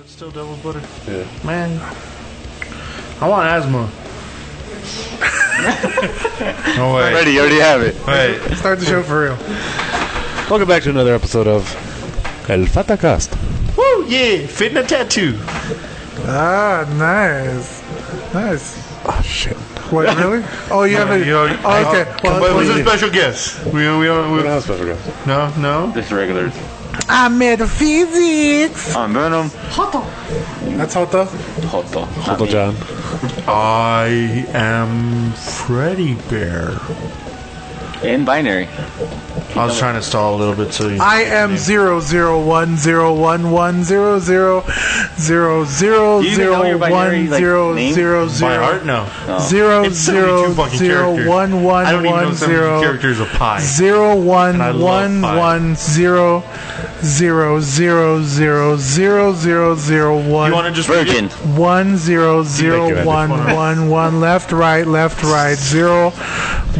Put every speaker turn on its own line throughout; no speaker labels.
It's still devil's butter.
Yeah.
Man, I want asthma.
No way.
Ready, you already have it.
Wait.
Start the show for real.
Welcome back to another episode of El Fatacast.
Woo, yeah, fitting a tattoo.
Ah, nice, nice.
Oh, shit.
What really? Oh, you haven't.
You already-
oh, okay.
But
Well,
who's
was
a
it?
special guest? We, we, we,
What else, Fatacast?
no, no.
Just regular.
I metaphysics.
On Venom.
That's hot though.
Hot dog.
Uncle John.
I am Freddy Bear.
In binary.
I was trying to stall a little bit so you.
I am zero zero one zero one one zero zero zero zero
Do you even know
zero
your
one
binary, like,
zero
name?
zero
By
zero
heart, no.
zero
It's 72
zero
fucking
zero
characters.
one
I don't even
one
know
one
so many
zero
characters of pie.
zero one
I love
one
pie.
one zero zero zero zero zero zero zero
You
one
want to just read it?
Virgin.
one zero
you
zero
had
one
this
one right.
one one left right left right zero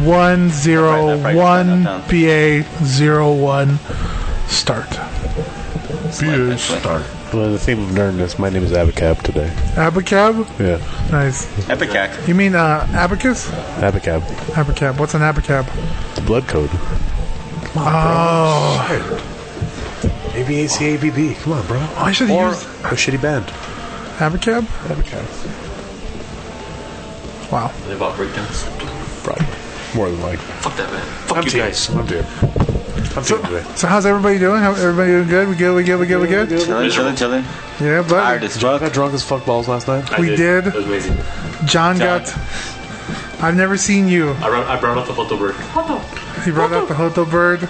one zero
Left, right, left, right,
one
left,
ba zero one start
Beer start.
Well, the theme of nerdness, my name is Abacab today.
abacab
Yeah.
nice
Epicac.
you mean uh, abacus
Abacab.
abacab what's an abacab
The blood code.
oh
Oh. A-B-A-C-A-B-B. Come on, bro.
i should
Or
use
a shitty band.
abacab
Abacab.
wow
They bought breakdowns.
Probably. More than likely.
Fuck that man. Fuck
I'm
you
team.
guys.
I'm team. I'm team today.
so how's everybody doing how everybody doing good we good we good we good we good
Chilling, chilling, chilling.
yeah
Tired
but
as
I
fuck.
got drunk as fuck balls last night.
we did
It was amazing.
john got i've never seen you
I brought, I brought up the photo bird.
He brought out the Hoto bird.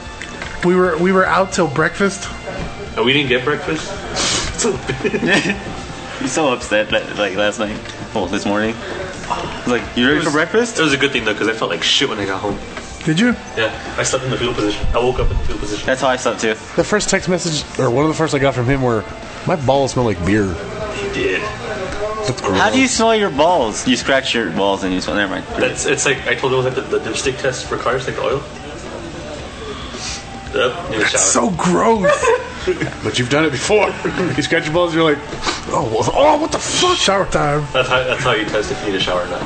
We were we were out till breakfast.
And we didn't get breakfast.
You so upset like, like last night. Well, this morning. It's like, you ready for breakfast?
It was a good thing though, because I felt like shit when I got home.
Did you?
Yeah, I slept in the fetal position. I woke up in the fetal position.
That's how I slept too.
The first text message, or one of the first I got from him, were, my balls smell like beer.
did.
That's gross.
How do you smell your balls? You scratch your balls and you smell. Never mind.
That's it's like I told you it was like the, the dipstick test for cars, like the oil. Yep, in the shower.
So gross.
But you've done it before. you scratch your balls, you're like, oh, well, oh, what the fuck?
Shower time.
that's how that's how you test if you need a shower or not.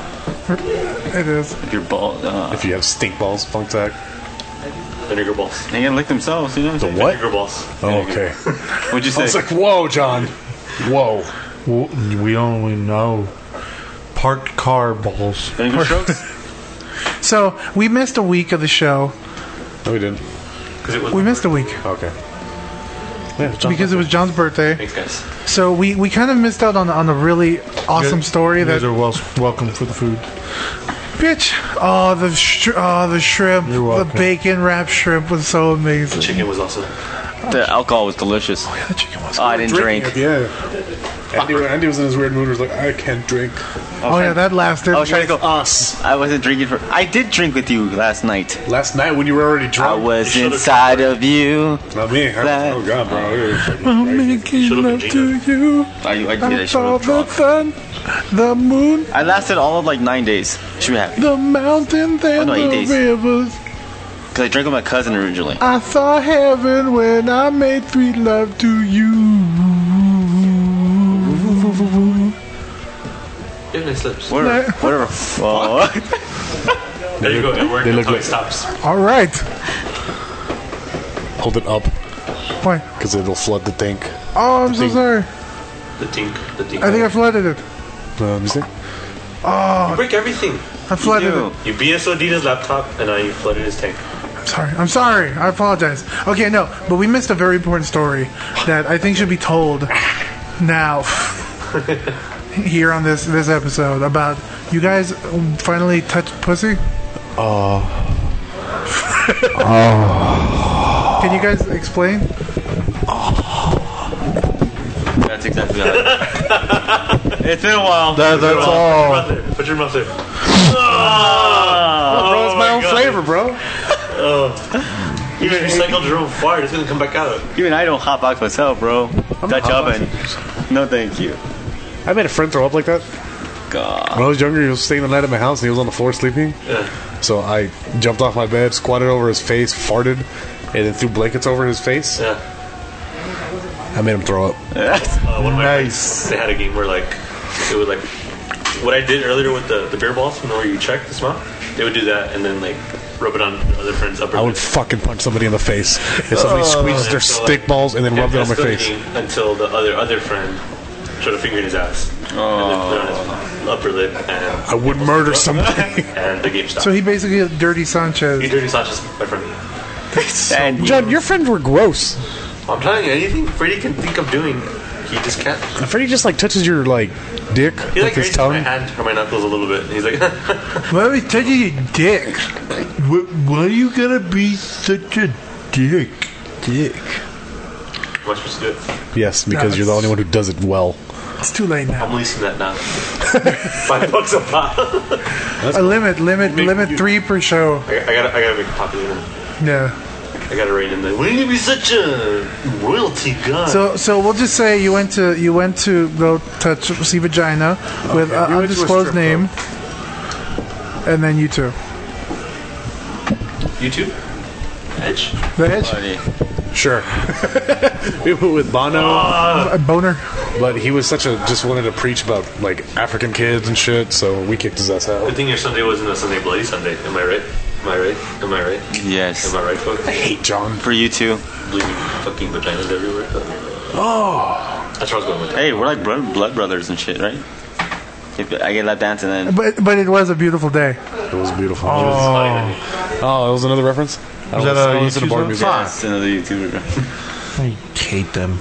It is.
Your balls. Uh,
If you have stink balls, funk sack.
The nigger balls.
they can lick themselves, you know what I'm saying?
What?
Nigger balls.
Oh, okay.
What'd you say?
It's like, whoa, John. Whoa.
W- We only know parked car balls.
Finger strokes?
So we missed a week of the show.
No, we didn't.
Because it was.
We missed a week
Okay. Yeah, John.
because it was John's birthday.
Thanks, guys.
So we, we kind of missed out on on a really awesome story.
You guys
That
are wel- welcome for the food.
bitch. Oh the sh- oh the shrimp.
You're
The
welcome.
bacon wrapped shrimp was so amazing.
Chicken was awesome.
the alcohol was delicious. Oh,
The chicken was.
I didn't drink.
Yeah. Andy, Andy was in his weird mood. He was like, I can't drink.
oh yeah, that lasted.
I was trying to go.
Us.
I wasn't drinking for. I did drink with you last night.
Last night when you were already
I
drunk.
was
should've
inside of you.
Not me. I,
That-
oh, God, bro. It was fucking
I'm
crazy.
making
Should've been
love to
Gina.
you.
I, I did. I
I
should
saw
have
the
drunk.
sun, the moon,
I lasted all of like nine days. Should be happy.
the mountains, and
no, eight
the
days.
rivers.
Because I drank with my cousin originally.
I saw heaven when I made sweet love to you.
You have nice lips.
Whatever. Whatever. Well,
There you go. It worked.
They
That's
look
how
like-
it stops.
All right.
Hold it up
Wait.
because it'll flood the tank. Uh,
Oh, I'm so
think-
sorry.
The tink. The tink.
I think I flooded it.
Um, you see?
you break everything.
I flooded it.
You BSOD his laptop, and now you flooded his tank.
I'm sorry. I'm sorry. I apologize. Okay, no, but we missed a very important story that I think should be told now here on this this episode about you guys finally touched pussy. Oh. Can you guys explain?
that's exactly how it It's been a while.
Uh,
that's
Oh. Put your mouth there. Put your mouth there. Oh,
bro, it's my, own
God.
flavor, bro.
You just recycled your own fart. It's gonna come back out. Uh,
Even I don't hot box myself, bro. Dutch oven. No, thank you.
I made a friend throw up like that.
God.
When I was younger, he was staying the night at my house and he was on the floor sleeping.
Yeah.
So I jumped off my bed, squatted over his face, farted, and then threw blankets over his face.
Yeah.
I made him throw up.
Uh, one of my
Nice.
friends, they had a game where like it would like what I did earlier with the, the beer balls, you know, where you check the smell. They would do that and then like rub it on their other friend's upper.
I would fucking punch somebody in the face if somebody squeezed their
So, like,
stick balls and then rubbed it on my face.
escalating Until the other other friend showed a finger in his ass and then put it on his upper lip and
I would murder somebody.
and the game stopped.
So he basically a dirty
you
Sanchez.
dirty Sanchez, my friend.
And you-
John, your friends were gross.
I'm telling you, anything Freddy can think of doing, he just can't.
Freddy just like touches your like dick
He
with
like
his
raises my
tongue.
hand or my knuckles a little bit. And he's like,
Why are we touching your dick?
Why are you gonna be such a dick?
Dick.
"Am I supposed to do it?"
Yes, because you're the only one who does it well.
It's too late now.
I'm leasing that now. Five bucks a pop.
A limit, limit, limit three per show.
I, I gotta, I gotta make it popular.
Yeah.
I gotta rein in the. Wouldn't you be such a royalty god?
So, so we'll just say you went to you went to go touch see vagina with
You went
an
to a
undisclosed
strip
name, and then you two.
YouTube, Edge,
The edge,
buddy.
Sure. we went with Bono,
a boner.
but he was such a just wanted to preach about like African kids and shit, so we kicked his ass
Good
out.
thing your Sunday wasn't a Sunday Bloody Sunday. Am I right? Am I right? Am I right?
Yes.
Am I right, folks?
Hate John.
For you too.
Bleeding fucking vaginas everywhere. Oh. That's where I was going with that.
Hey, we're like bro- blood brothers and shit, right? If I get lap dance and then
But but it was a beautiful day.
It was beautiful.
Oh.
Oh, it was another reference. I
Was that
don't
a
I don't listen to
YouTube
bar
one?
music.
it's another YouTuber.
Hate them.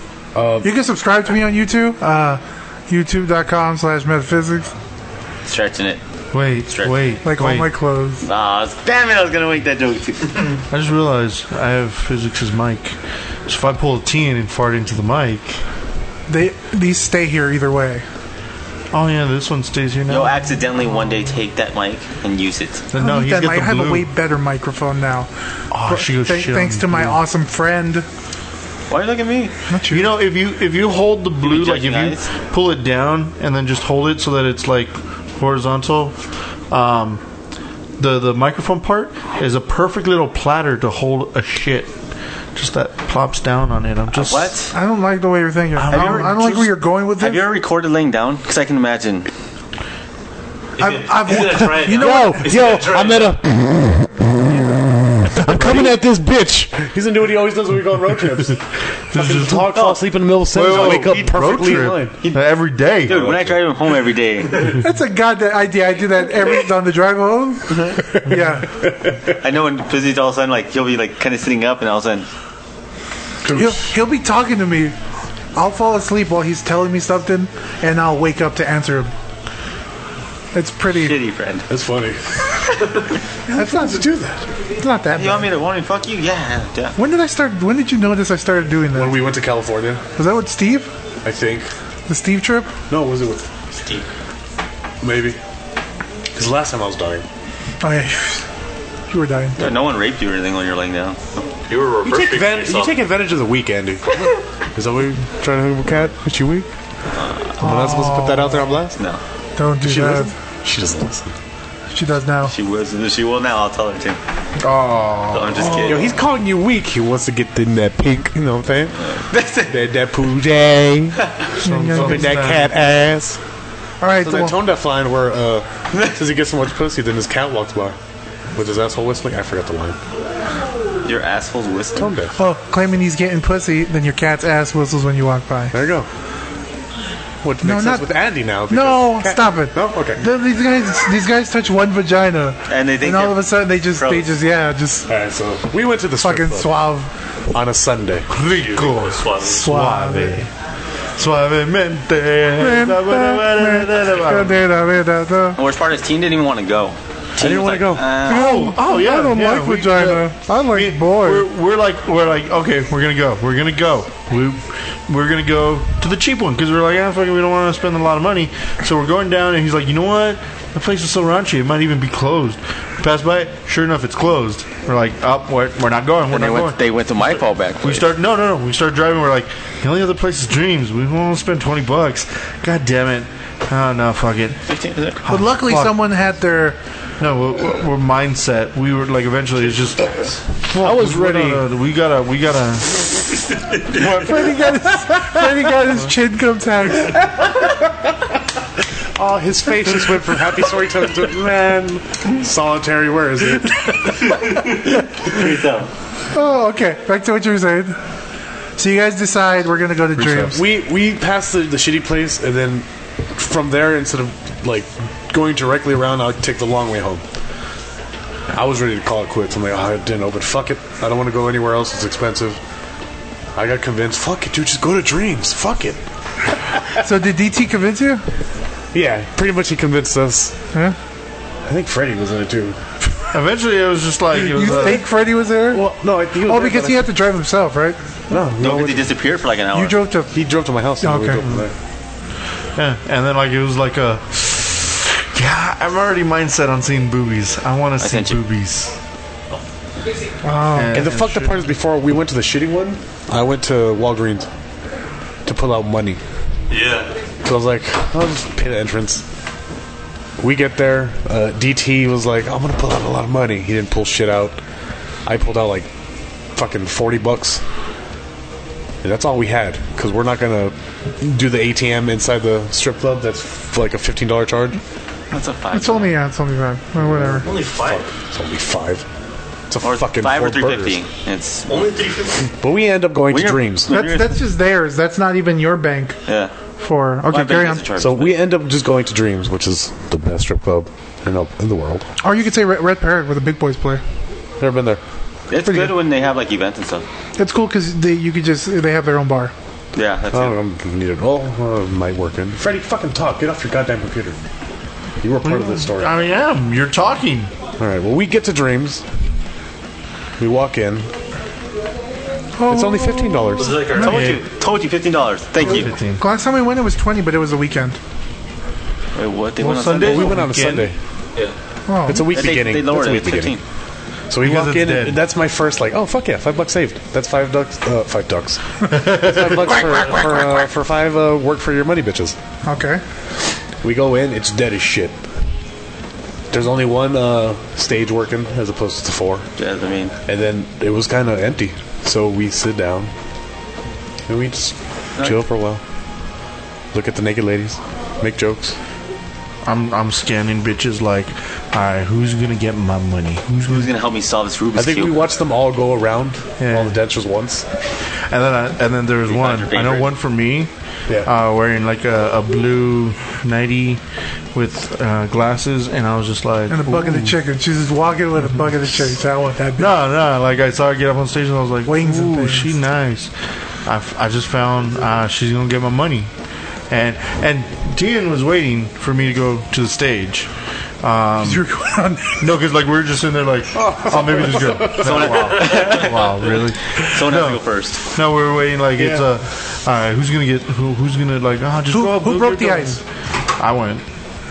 You can subscribe to me on YouTube. Uh, YouTube.com slash metaphysics.
Stretching it.
Wait,
Straight.
wait,
Like all
wait.
my clothes.
Ah, damn it! I was gonna make that joke too.
I just realized I have physics' mic. So if I pull a tin and fart into the mic,
They these stay here either way.
oh yeah, this one stays here now.
You'll accidentally one day take that mic and use it.
Then no,
Look
he's
at
got
that mic. I
the
have a
blue.
way better microphone now.
oh, she goes
Thank-
shit on
thanks
the
to my
blue.
awesome friend.
Why you look at me?
You know, if you if you hold the blue, like if you
jackknife?
pull it down and then just hold it so that it's like horizontal, um, the the microphone part is a perfect little platter to hold a shit. Just that plops down on it. I'm just
What?
I don't like the way you're thinking. I
Have
don't,
you ever
I don't like where
just-
you're going with
Have you
this.
ever recorded laying down? Because I can imagine.
I've, I've,
He's gonna try it
you
now.
know
Yo,
Is he
yo,
gonna try
I'm
it?
at a. I'm coming at this bitch. He's gonna do what he always does when we go on road trips. Fucking talk, fall asleep in the middle of the sentence, wake up perfectly in line.
Uh, every day.
Dude, when I drive home every day,
That's a goddamn idea. I do that every on the drive home.
Uh-huh.
Yeah,
I know when Pizzy's all of a sudden like he'll be like kind of sitting up and all of a sudden
he'll, he'll be talking to me. I'll fall asleep while he's telling me something, and I'll wake up to answer him. It's pretty.
shitty friend.
That's funny.
That's not to do that. It's not that.
You
Bad.
want me to want to fuck you? Yeah, yeah.
When did I start? When did you notice I started doing
When
that?
we went to California,
Was that with Steve?
I think.
The Steve trip?
No, was it with Steve? Maybe. Because last time I was dying.
Oh yeah, you were dying.
Dude, no one raped you or anything when you're laying down.
You were
Take
reverse raping
advantage, you
yourself.
take advantage of the week, Andy. Is that what you're trying to hook cat? It's your week? Am I not supposed to put that out there on blast?
No,
Don't do
She
that.
doesn't. She doesn't listen.
She does now.
she was. She will now. I'll tell her to.
Oh.
I'm just kidding.
Yo, he's calling you weak. He wants to get in that pink. You know what I'm saying? that that poo day. Open that cat ass.
All right.
So that
well,
tone deaf line where uh, says he gets so much pussy, then his cat walks by with his asshole whistling. I forgot the line.
Your asshole's whistling.
Tone deaf.
well, claiming he's getting pussy, then your cat's ass whistles when you walk by.
There you go. What
No,
makes
not-
sense with Andy now?
No,
because cat-
stop it.
No, okay.
Th- These guys, these guys touch one vagina,
And they think
and all
they're
of a sudden they just, they
pros.
just, yeah, just
All right, so we went to the strip
fucking
club
suave,
on a Sunday.
Rico,
Swallow.
suave.
suavemente.
No,
The worst part is Teen didn't even want to go. Teen
didn't
was
wanna
like,
go.
Uh,
Oh, oh yeah,
I don't
yeah,
like
we- uh,
vagina. I like boys.
We're, we're like we're like okay, we're gonna go, we're gonna go, we we're gonna go to the cheap one because we're like ah fucking we don't want to spend a lot of money, so we're going down and he's like you know what the place is so raunchy it might even be closed. Pass by, it, sure enough it's closed. We're like up, we're, we're not going, we're
and they
not
went.
going.
They went to my fallback.
We
place.
start no no no. We start driving. We're like the only other place is Dreams. We won't spend twenty bucks. God damn it! Oh no, fuck it. Oh,
But luckily,
fuck.
someone had their.
No, we're, we're we're mindset. We were like, eventually, it's just. I
was ready.
We gotta, we gotta.
Freddie got his, Freddie got his chin comes out.
Oh, his face just went from happy storytelling to man solitary. Where is it?
Oh, okay. Back to what you were saying. So you guys decide we're gonna go to dreams.
We we passed the, the shitty place, and then from there, instead of like going directly around, I take the long way home. I was ready to call it quits. I'm like, oh, I didn't open. Fuck it. I don't want to go anywhere else. It's expensive. I got convinced. Fuck it, dude. Just go to dreams. Fuck it.
So did DT convince you?
Yeah, pretty much he convinced us.
Huh?
I think Freddy was in it too.
Eventually, it was just like it was,
You
uh,
think Freddy was there?
Well, no, I think
oh, because he had to drive himself, right?
no,
No,
no,
because he disappeared for like an hour.
You drove to.
he drove to my house. And we
Okay.
drove there.
yeah. and then like it was like a. Yeah, I'm already mindset on seeing boobies. I want to see
sent you-
boobies.
Oh,
And the fucked up part is before we went to the shitty one, I went to Walgreens to pull out money.
Yeah.
So I was like, I'll just pay the entrance. We get there. Uh, DT was like, I'm going to pull out a lot of money. He didn't pull shit out. I pulled out like fucking 40 bucks. And that's all we had because we're not going to do the ATM inside the strip club. That's f- like a $15 charge.
That's a five.
it's only yeah, it's only five or whatever.
Only five.
It's only five. It's a
or
fucking
five
four
or three fifty.
burgers.
It's
Only three fifty.
But we end up going
When
to
you're-
Dreams.
That's that's just theirs. That's not even your bank
yeah.
for. Okay,
My bank
carry on.
doesn't charge
So
me.
we end up just going to Dreams, which is the best strip club in the, in the world.
Or you could say Red, Red Parrot, where the big boys play.
Never been there.
it's good when they have like events and stuff.
It's cool because they you could just they have their own bar.
Yeah, that's
I
it.
don't know, need it. Well, uh, might work in. Freddie, fucking talk. Get off your goddamn computer. You were part of this story.
I am. You're talking.
All right. Well, we get to Dreams. We walk in. It's only fifteen
Was
dollars.
it like our
Told you, told you, fifteen dollars. Thank you. Wait,
Last time we went, it was twenty, but it was a weekend.
what? They went on
Sunday?
Sunday.
We went on a
Weekend.
Sunday.
Yeah.
Oh,
It's a week
They,
beginning.
they
That's
lowered
a
it
week
to fifteen.
beginning. So we
Because
walk
it's
in.
dead.
and That's my first like. Oh fuck yeah! Five bucks saved. That's five ducks. Uh, five ducks. That's five bucks for for, uh, for five uh, work for your money, bitches.
okay.
We go in, it's dead as shit. There's only one uh, stage working as opposed to four,
Yeah, I mean,
and then it was kind of empty. So we sit down and we just chill for a while, look at the naked ladies, make jokes.
I'm I'm scanning bitches like, all right, who's gonna get my money? Who's gonna?
who's gonna help me solve this Rubik's
I think
cube?
we watched them all go around
Yeah.
all the dancers once.
And then I, and then there was one.
your
I know
favorite.
one for me.
Yeah.
Uh, wearing like a, a blue nighty with uh, glasses, and I was just like,
And a bucket
ooh.
of chicken. She's just walking with a bucket of chicken. So I want that.
No, no. Like I saw her get up on stage, and I was like,
Wings and
"Ooh,
things.
she nice." I, f- I just found uh, she's gonna get my money, and and Tian was waiting for me to go to the stage. Um,
You're going on.
no, because like we were just in there, like, oh, maybe this girl. No, wow, wow, really?
Someone has
No.
to go first.
No, we were waiting. Like it's a, all right. Who's gonna get? Who, who's gonna like? Oh, just
Who-
go up,
who
go get
broke the
going."
ice?
I went.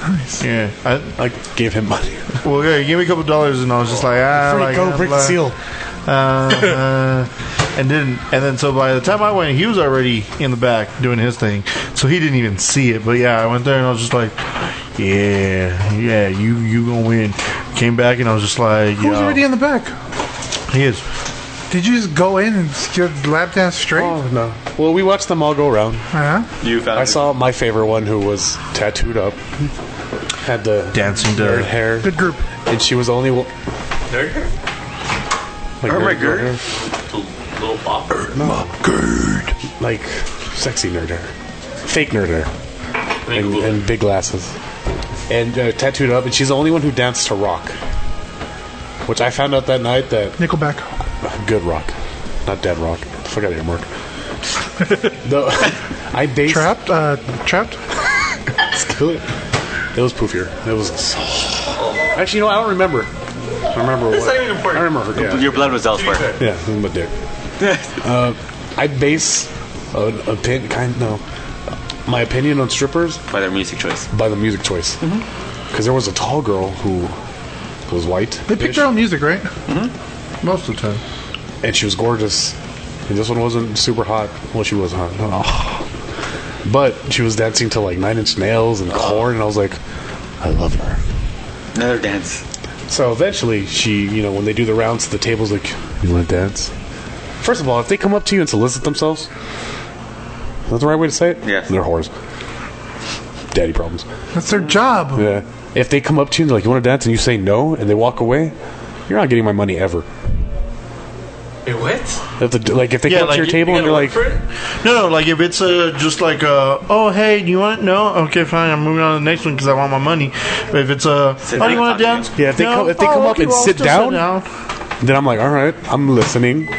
Nice. Yeah. I,
I gave him money.
well, yeah. He gave me a couple dollars, and I was just like, ah,
Freddie,
like,
go
ah,
break the
blah.
seal.
Uh, uh, and then and then so by the time I went, he was already in the back doing his thing, so he didn't even see it. But yeah, I went there and I was just like, yeah, yeah, you you gonna win. Came back and I was just like,
Who's
yo,
already in the back?
he is.
Did you just go in and just lap dance straight?
Oh no! Well, we watched them all go around.
Uh-huh.
You found.
I saw my favorite one who was tattooed up, had the
Dancing to-
nerd hair,
Good group.
and she was the only one.
There.
Like,
Oh my
nerd- nerd
God.
hair.
Little bopper.
like sexy nerd hair, fake nerd hair, and,
Google
and big glasses, and uh, tattooed up. And she's the only one who danced to rock, which I found out that night that
Nickelback.
good rock, not dead rock. Fuck out of here, Mark. the, I based
Trapped. Uh, trapped.
It was poofier. It was actually, you know, I don't remember. I remember
That's
what.
not even important.
I remember. Yeah.
Your blood was elsewhere.
Yeah, this is my dick. uh, I base a, a pin, kind no, my opinion on strippers
by their music choice.
by the music choice. Because there was a tall girl who was white,
Mm-hmm. They picked their own music, right?
Most of the time,
and she was gorgeous. And this one wasn't super hot. Well, she was hot. Oh. But she was dancing to like Nine Inch Nails
Oh.
and Corn, and I was like, I love her.
Another dance.
So eventually, she, you know, when they do the rounds to the tables, like, you want to dance? First of all, if they come up to you and solicit themselves, that's the right way to say it.
Yeah.
they're whores. Daddy problems.
That's their job.
Yeah. If they come up to you and they're like, "You want to dance?" and you say no, and they walk away, you're not getting my money ever.
Hey, what?
If the, like if they
Yeah,
come up
like,
to your
you-
table
you
and you're like,
No, no, like if it's uh, just like, uh, oh, hey, do you want it? No? Okay, fine, I'm moving on to the next one because I want my money. But if it's, uh, oh, do you
down,
want to
talk
dance?
Yeah, if they
no?
come- if they come
oh,
up
okay,
and
well,
sit
still
down- then I'm like, "All right, I'm listening."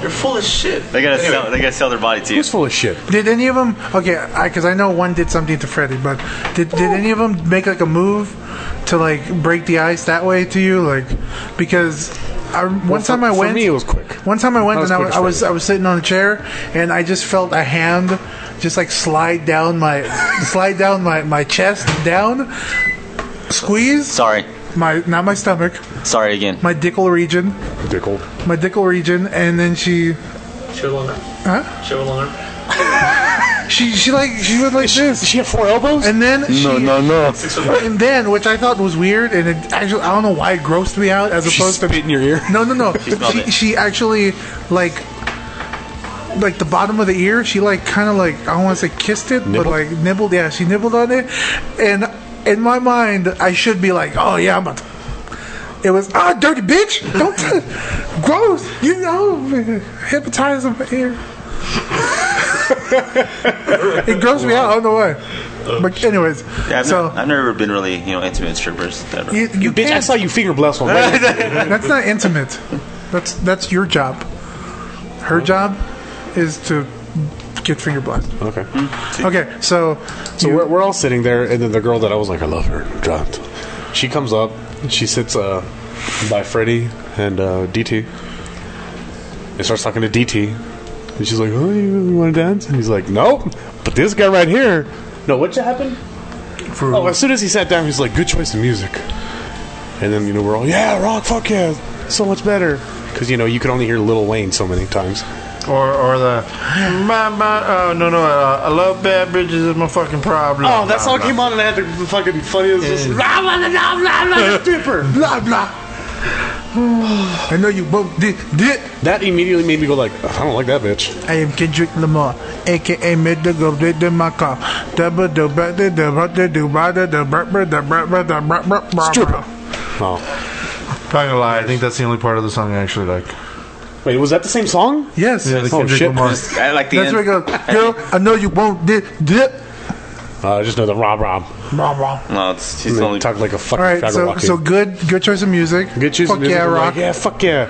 You're full of shit.
They gotta sell. They gotta sell their body to you.
Who's full of shit?
Did any of them? Okay, because I, know one did something to Freddy, but did did any of them make like a move to like break the ice that way to you? Like because I one
Well,
time
for-
I went.
For me, it was quick.
One time I went
Not as
and I
quick
was,
as Freddy.
I was I was sitting on a chair and I just felt a hand just like slide down my slide down my, my chest down squeeze
Sorry,
my not my stomach
sorry again.
my dickle region
Dickel.
my dickle region and then she
Show alarm. Huh? Show alarm.
she she like she was like this
She had four elbows.
and then she,
no.
and then which I thought was weird and it actually I don't know why it grossed me out as
She
opposed to
spit in your ear.
No, no, no.
smelled
she,
it.
she actually like like the bottom of the ear. She like kind of like I don't want to say kissed it,
Nibbled?
but like nibbled. Yeah, she nibbled on it, and in my mind, I should be like, oh yeah, I'm about. To. It was ah, dirty bitch! Don't t- gross. You know, hypnotize my ear. it grossed me out. I don't know why. But anyways,
Yeah, I've,
so
ne- I've never been really, you know, intimate with strippers. Ever.
you, you
Bitch, I
can't
saw you finger blast one. Right?
That's not intimate. That's that's your job. Her job is to get finger blasted.
okay.
Mm.
Okay, so
So we're, we're all sitting there, and then the girl that I was like, I love her, dropped. She comes up, she sits uh, by Freddy and uh, DT, and starts talking to DT. And she's like, Oh, you, want to dance? And he's like, Nope. But this guy right here, no, what happened? Oh, as soon as he sat down, he's like, Good choice of music. And then you know we're all, Yeah, rock, fuck yeah, so much better. Because you know you can only hear Little Wayne so many times.
Or, or the, my, my, oh, no, no, uh, I love bad bitches, it's my fucking problem.
Oh, that song came on and I had the fucking funniest. Blah, blah, blah, blah, blah, stripper.
blah blah. I know you both did. did.
That immediately made me go like, I don't like that bitch.
I am Kendrick Lamar, aka Mid the Go Did the Maka. Double do but the do but the do but the do but the do but the but the
Stripper. Oh,
Not gonna lie, I think that's the only part of the song I actually like.
wait, was that the same song?
Yes.
Yeah, the
Oh,
Kendrick
shit.
Lamar.
I like the
That's
end.
where it goes. Girl, I know you won't dip dip.
Uh, I just know the rob rob.
Blah, blah.
No, it's, she's
They
only.
talk like a fucking
All right,
faggot
so
walking.
so good good choice of music.
Good choice
Fuck
of music.
yeah,
I'm
rock.
Like, yeah, fuck yeah.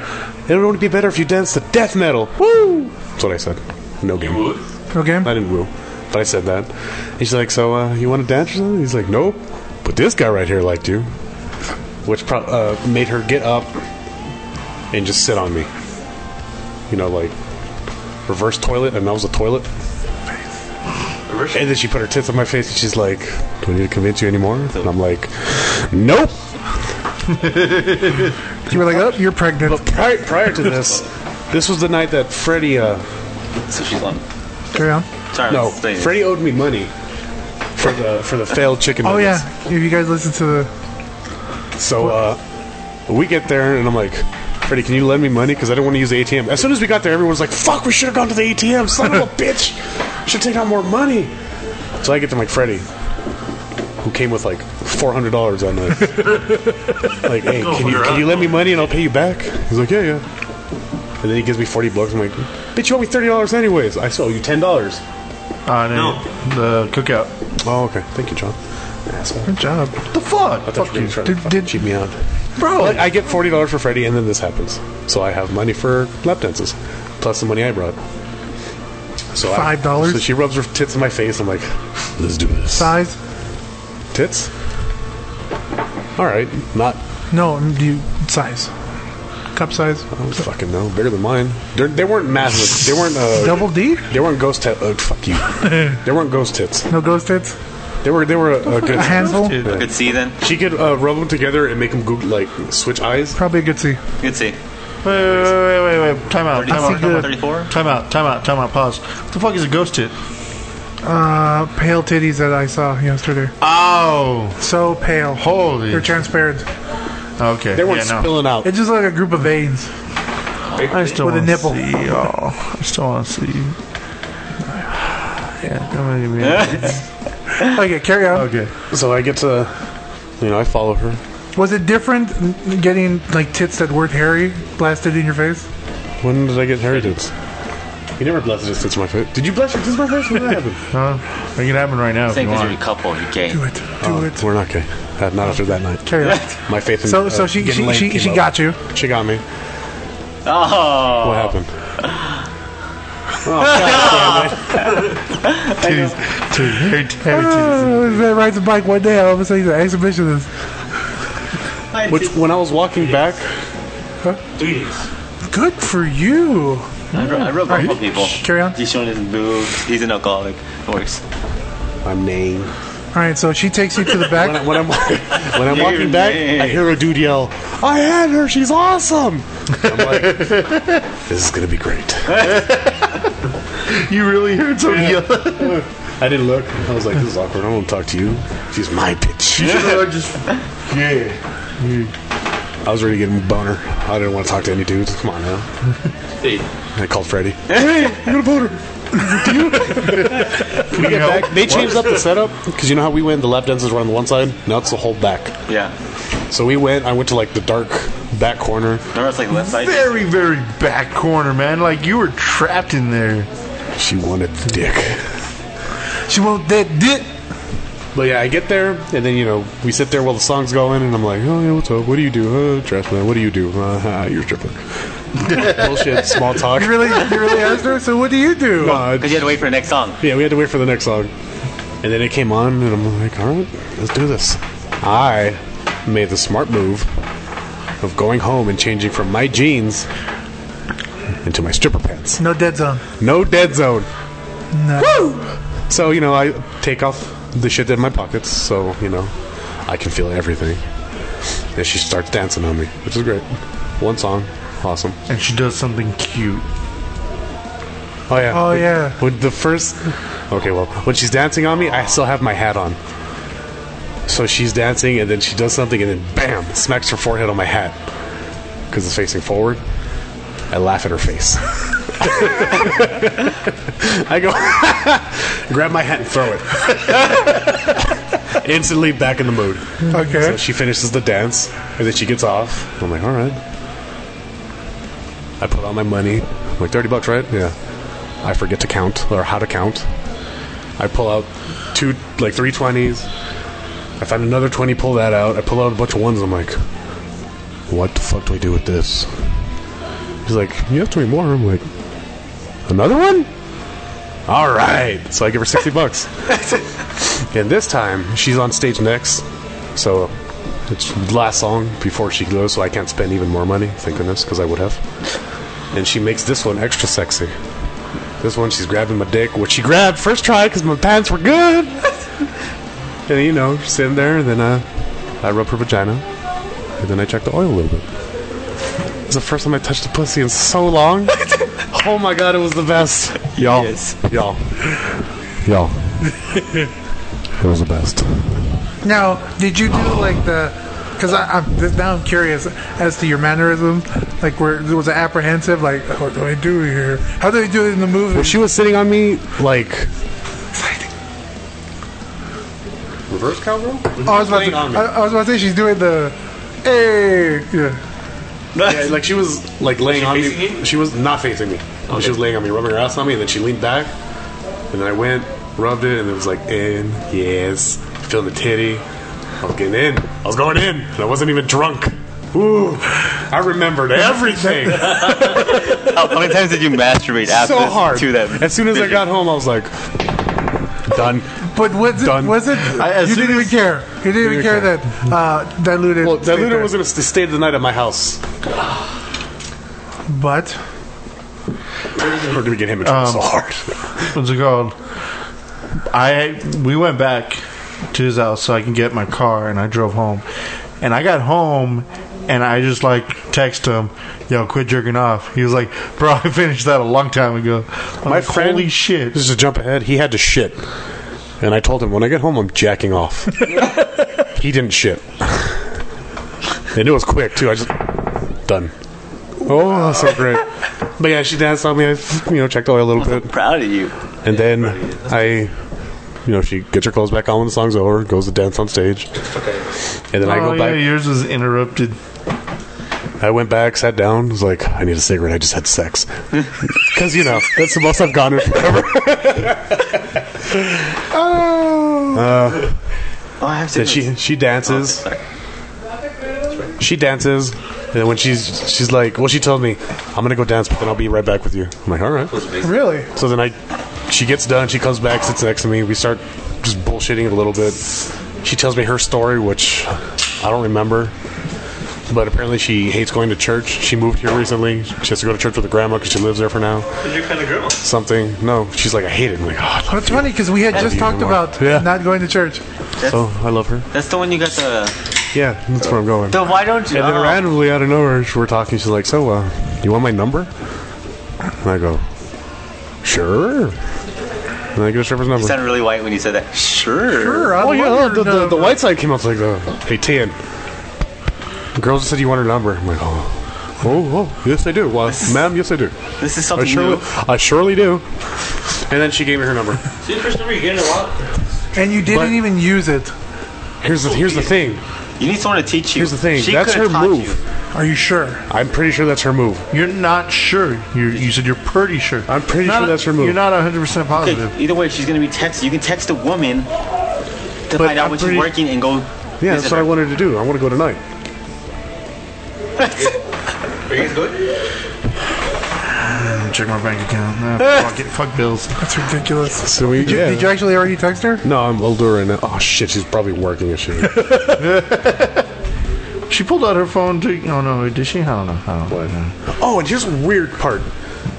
It would only be better if you danced to death metal. Woo! That's what I said. No game.
Okay.
I didn't woo, but I said that. And she's like, "So uh, you want to dance or something?" He's like, "Nope." But this guy right here liked you, which pro- uh, made her get up and just sit on me. You know, like reverse toilet, and I was a toilet. And then she put her tits on my face, and she's like, "Do I need to convince you anymore?" And I'm like, "Nope."
You were like, oh, you're pregnant.
But prior, prior to this, this was the night that Freddie. Uh,
so she's on.
Carry on.
Sorry,
no,
I'm saying-
Freddie owed me money for the for the failed chicken.
Oh
nuggets.
yeah, if you guys listen to the
So uh, we get there, and I'm like, Freddie, can you lend me money? Because I don't want to use the ATM. As soon as we got there, everyone's like, fuck, we should have gone to the ATM. Son of a bitch. Should take out more money. So I get to like, Freddie, who came with like $400 on this. like, hey, can you, can you lend me money and I'll pay you back? He's like, yeah, yeah. And then he gives me 40 bucks. I'm like, bitch, you owe me $30 anyways. I still owe you $10.
Uh, no. The cookout.
Oh, okay. Thank you, John.
good job,
The fuck?
That's really trying to
Did-
fucking
did-
cheat me out.
bro.
I, I get forty dollars for Freddy, and then this happens. So I have money for lap dances, plus the money I brought. So I-
$5?
So she rubs her tits in my face. I'm like, let's do this.
Size?
Tits. All right, not
No, do you size? Cup size?
I don't fucking know, bigger than mine. They're, they weren't massive. They weren't. Uh,
Double D?
They weren't ghost tits. Oh, fuck you. they weren't ghost tits.
No ghost tits?
They were. They were a, a good.
A handful?
Good see then.
She could uh, rub them together and make them go, like switch eyes.
Probably a good C.
Good see.
Wait, wait, wait, wait, wait, wait. Time out, time out, time out.
34.
Time out, time out, time out, pause. What the fuck is a ghost tit?
Uh, pale titties that I saw yesterday.
Oh,
So pale.
Holy-
They're transparent.
okay.
They weren't
yeah, no.
spilling out.
It's just like a group of veins.
Big-
I still
With a
wanna
nipple.
See y'all. I still want to see. you. Yeah, don't make me.
Okay, carry on.
Okay.
So I get to, you know, I follow her.
Was it different n- getting like tits that weren't hairy blasted in your face?
When did I get hairy tits? You never blasted tits to my face. Did you blast your tits to my face? What happened?
Huh? Make it happen right now if
Saying
you
because you're a
want.
couple, you gay.
Do it. Do it.
We're not gay. Uh, not after that night.
Carry on.
My faith in
So,
uh,
so she
getting
she
laid
she,
came
she
up.
got you.
She got me.
Oh,
What happened?
Uh, that rides a bike one day. All of a sudden, he's an exhibitionist.
Which when I was walking back,
Good for you.
I rub, I rub off on people.
Carry on.
He's showing his boobs. He's an alcoholic. It works.
I'm name.
All right, so she takes you to the
When, I, when I'm
back.
when I'm
Your
walking back, I
name.
hear a dude yell, "I had her. She's awesome." I'm like, "This is gonna be great."
You really heard some yell.
I didn't look. I was like, "This is awkward. I don't want to talk to you." She's my bitch.
yeah.
I was already getting boner. I didn't want to talk to any dudes. Come on now.
Hey,
I called Freddie. Hey, I'm gonna boner. Do you? we get back. They changed up the setup because you know how we went. The lap dancers were on the one side. Now it's the whole back.
Yeah.
So we went. I went to like the dark back corner.
Remember, it's like left side.
Very, very back corner, man. Like you were trapped in there.
She wanted the dick.
She won't. That did.
But yeah, I get there, and then you know we sit there while the song's going, and I'm like, oh yeah, what's up? What do you do? Uh, dress man. What do you do? Uh, ha, you're a stripper. Bullshit. Small talk.
You really, you really asked her. So what do you do?
Uh,
Because you had to wait for the next song.
yeah, we had to wait for the next song, and then it came on, and I'm like, all right, let's do this. I made the smart move of going home and changing from my jeans into my stripper pants.
No dead zone.
No dead zone.
No.
So you know, I take off the shit in my pockets, so you know, I can feel everything. And she starts dancing on me, which is great. One song, awesome.
And she does something cute.
Oh yeah.
Oh, yeah.
With the first, okay, well, when she's dancing on me, I still have my hat on. So she's dancing, and then she does something, and then bam, smacks her forehead on my hat because it's facing forward. I laugh at her face. I go grab my hat and throw it. Instantly back in the mood. So
Okay.
she finishes the dance, and then she gets off. I'm like, all right. I put out my money. I'm like, 30 bucks, right? Yeah. I forget to count, or how to count. I pull out two, like, three 20s. I find another 20, pull that out. I pull out a bunch of ones. I'm like, what the fuck do I do with this? He's like, you have 20 more. I'm like, another one? All right. So I give her 60 bucks. and this time, she's on stage next. So it's the last song before she goes, so I can't spend even more money. Thank goodness, because I would have. And she makes this one extra sexy. This one, she's grabbing my dick, which she grabbed first try because my pants were good. and you know, sitting there, and then uh, I rub her vagina, and then I check the oil a little bit. It's the first time I touched a pussy in so long. oh my god, it was the best, y'all, y'all, y'all. it was the best.
Now, did you do like the? Because I'm th- now I'm curious as to your mannerisms. Like, where was it apprehensive? Like, what do I do here? How do I do it in the movie?
Well, she was sitting on me like reverse cowgirl.
I was about to,
sitting on me.
I, I was about to say she's doing the. Hey, yeah.
Yeah, like she was like laying on me. She was not facing me. She was laying on me, rubbing her ass on me, and then she leaned back, and then I went, rubbed it, and it was like in, yes, feeling the titty. I was getting in. I was going in, and I wasn't even drunk. Ooh, I remembered everything
How many times did you masturbate after
so
this
hard.
to them?
As soon as I got home, I was like, done.
But was it?
Done.
Was it? you didn't even care. You didn't even care,
care.
that uh, diluted.
Well, that
stayed
Luna
there.
was gonna st- stay the night at my house.
But
We're gonna get him in trouble so hard.
What's it called? I we went back to his house so I can get my car, and I drove home. And I got home, and I just like text him, "Yo, quit jerking off." He was like, "Bro, I finished that a long time ago." I'm
My
like,
friend-
holy shit!
Just to jump ahead, he had to shit, and I told him when I get home I'm jacking off. he didn't shit, and it was quick too. I just done. Oh, that's so great. But yeah, she danced on me. I, you know, checked out a little bit.
Proud of you.
And then I, you know, she gets her clothes back on when the song's over, goes to dance on stage. And then I
Oh,
go
yeah,
back.
yours was interrupted.
I went back, sat down, was like, I need a cigarette. I just had sex. Because, you know, that's the most I've gone in forever.
Oh, I have to.
Then she she dances.
Sorry.
She dances. And then when she's she's like, well, she told me, I'm going to go dance, but then I'll be right back with you. I'm like, all right.
Really?
So then I, she gets done. She comes back, sits next to me. We start just bullshitting a little bit. She tells me her story, which I don't remember. But apparently, she hates going to church. She moved here recently. She has to go to church with her grandma because she lives there for now.
You're kind of girl.
Something. No, she's like, I hate it. I'm like, oh,
Well, it's funny because we had just
you
talked
more.
about
Yeah.
not going to church.
so I love her.
That's the one you got the.
Yeah, that's where I'm going.
The why don't you?
And then
oh.
randomly, out of nowhere, she- we're talking. She's like, "So, uh, you want my number?" And I go, "Sure." And I get a stripper's number.
You sounded really white when you said that. Sure.
Sure, I
Oh yeah,
love
the,
your
the, the
number.
white side came out like the hey Tan. The girls said you want her number. I'm like, oh, oh, oh yes I do. Well, ma'am, yes I do.
This is
I
something
surely,
new.
I surely do. And then she gave me her number.
See, the first number you get in a lot.
and you didn't
But-
even use it.
Here's the here's the thing.
You need someone to teach you.
Here's the thing.
She
that's her
could've taught
move.
You.
Are you sure?
I'm pretty sure that's her move.
You're not sure. You you said you're pretty sure.
I'm pretty
Not-
sure that's her move.
You're not 100 percent positive.
Okay, either way, she's gonna be text. You can text a woman to find out
I'm
when
pretty-
she's working and go.
yeah,
visit
that's what I
her.
wanted to do. I want to go tonight.
Are you guys good?
Check my bank account. Nah, fuck it. Fuck bills.
That's ridiculous.
So we yeah. Uh,
Did you actually already text her?
no, I'm older right now. Oh shit, she's probably working and shit.
She pulled out her phone to. No, no, did she? I don't know. I don't know.
oh, and here's a weird part.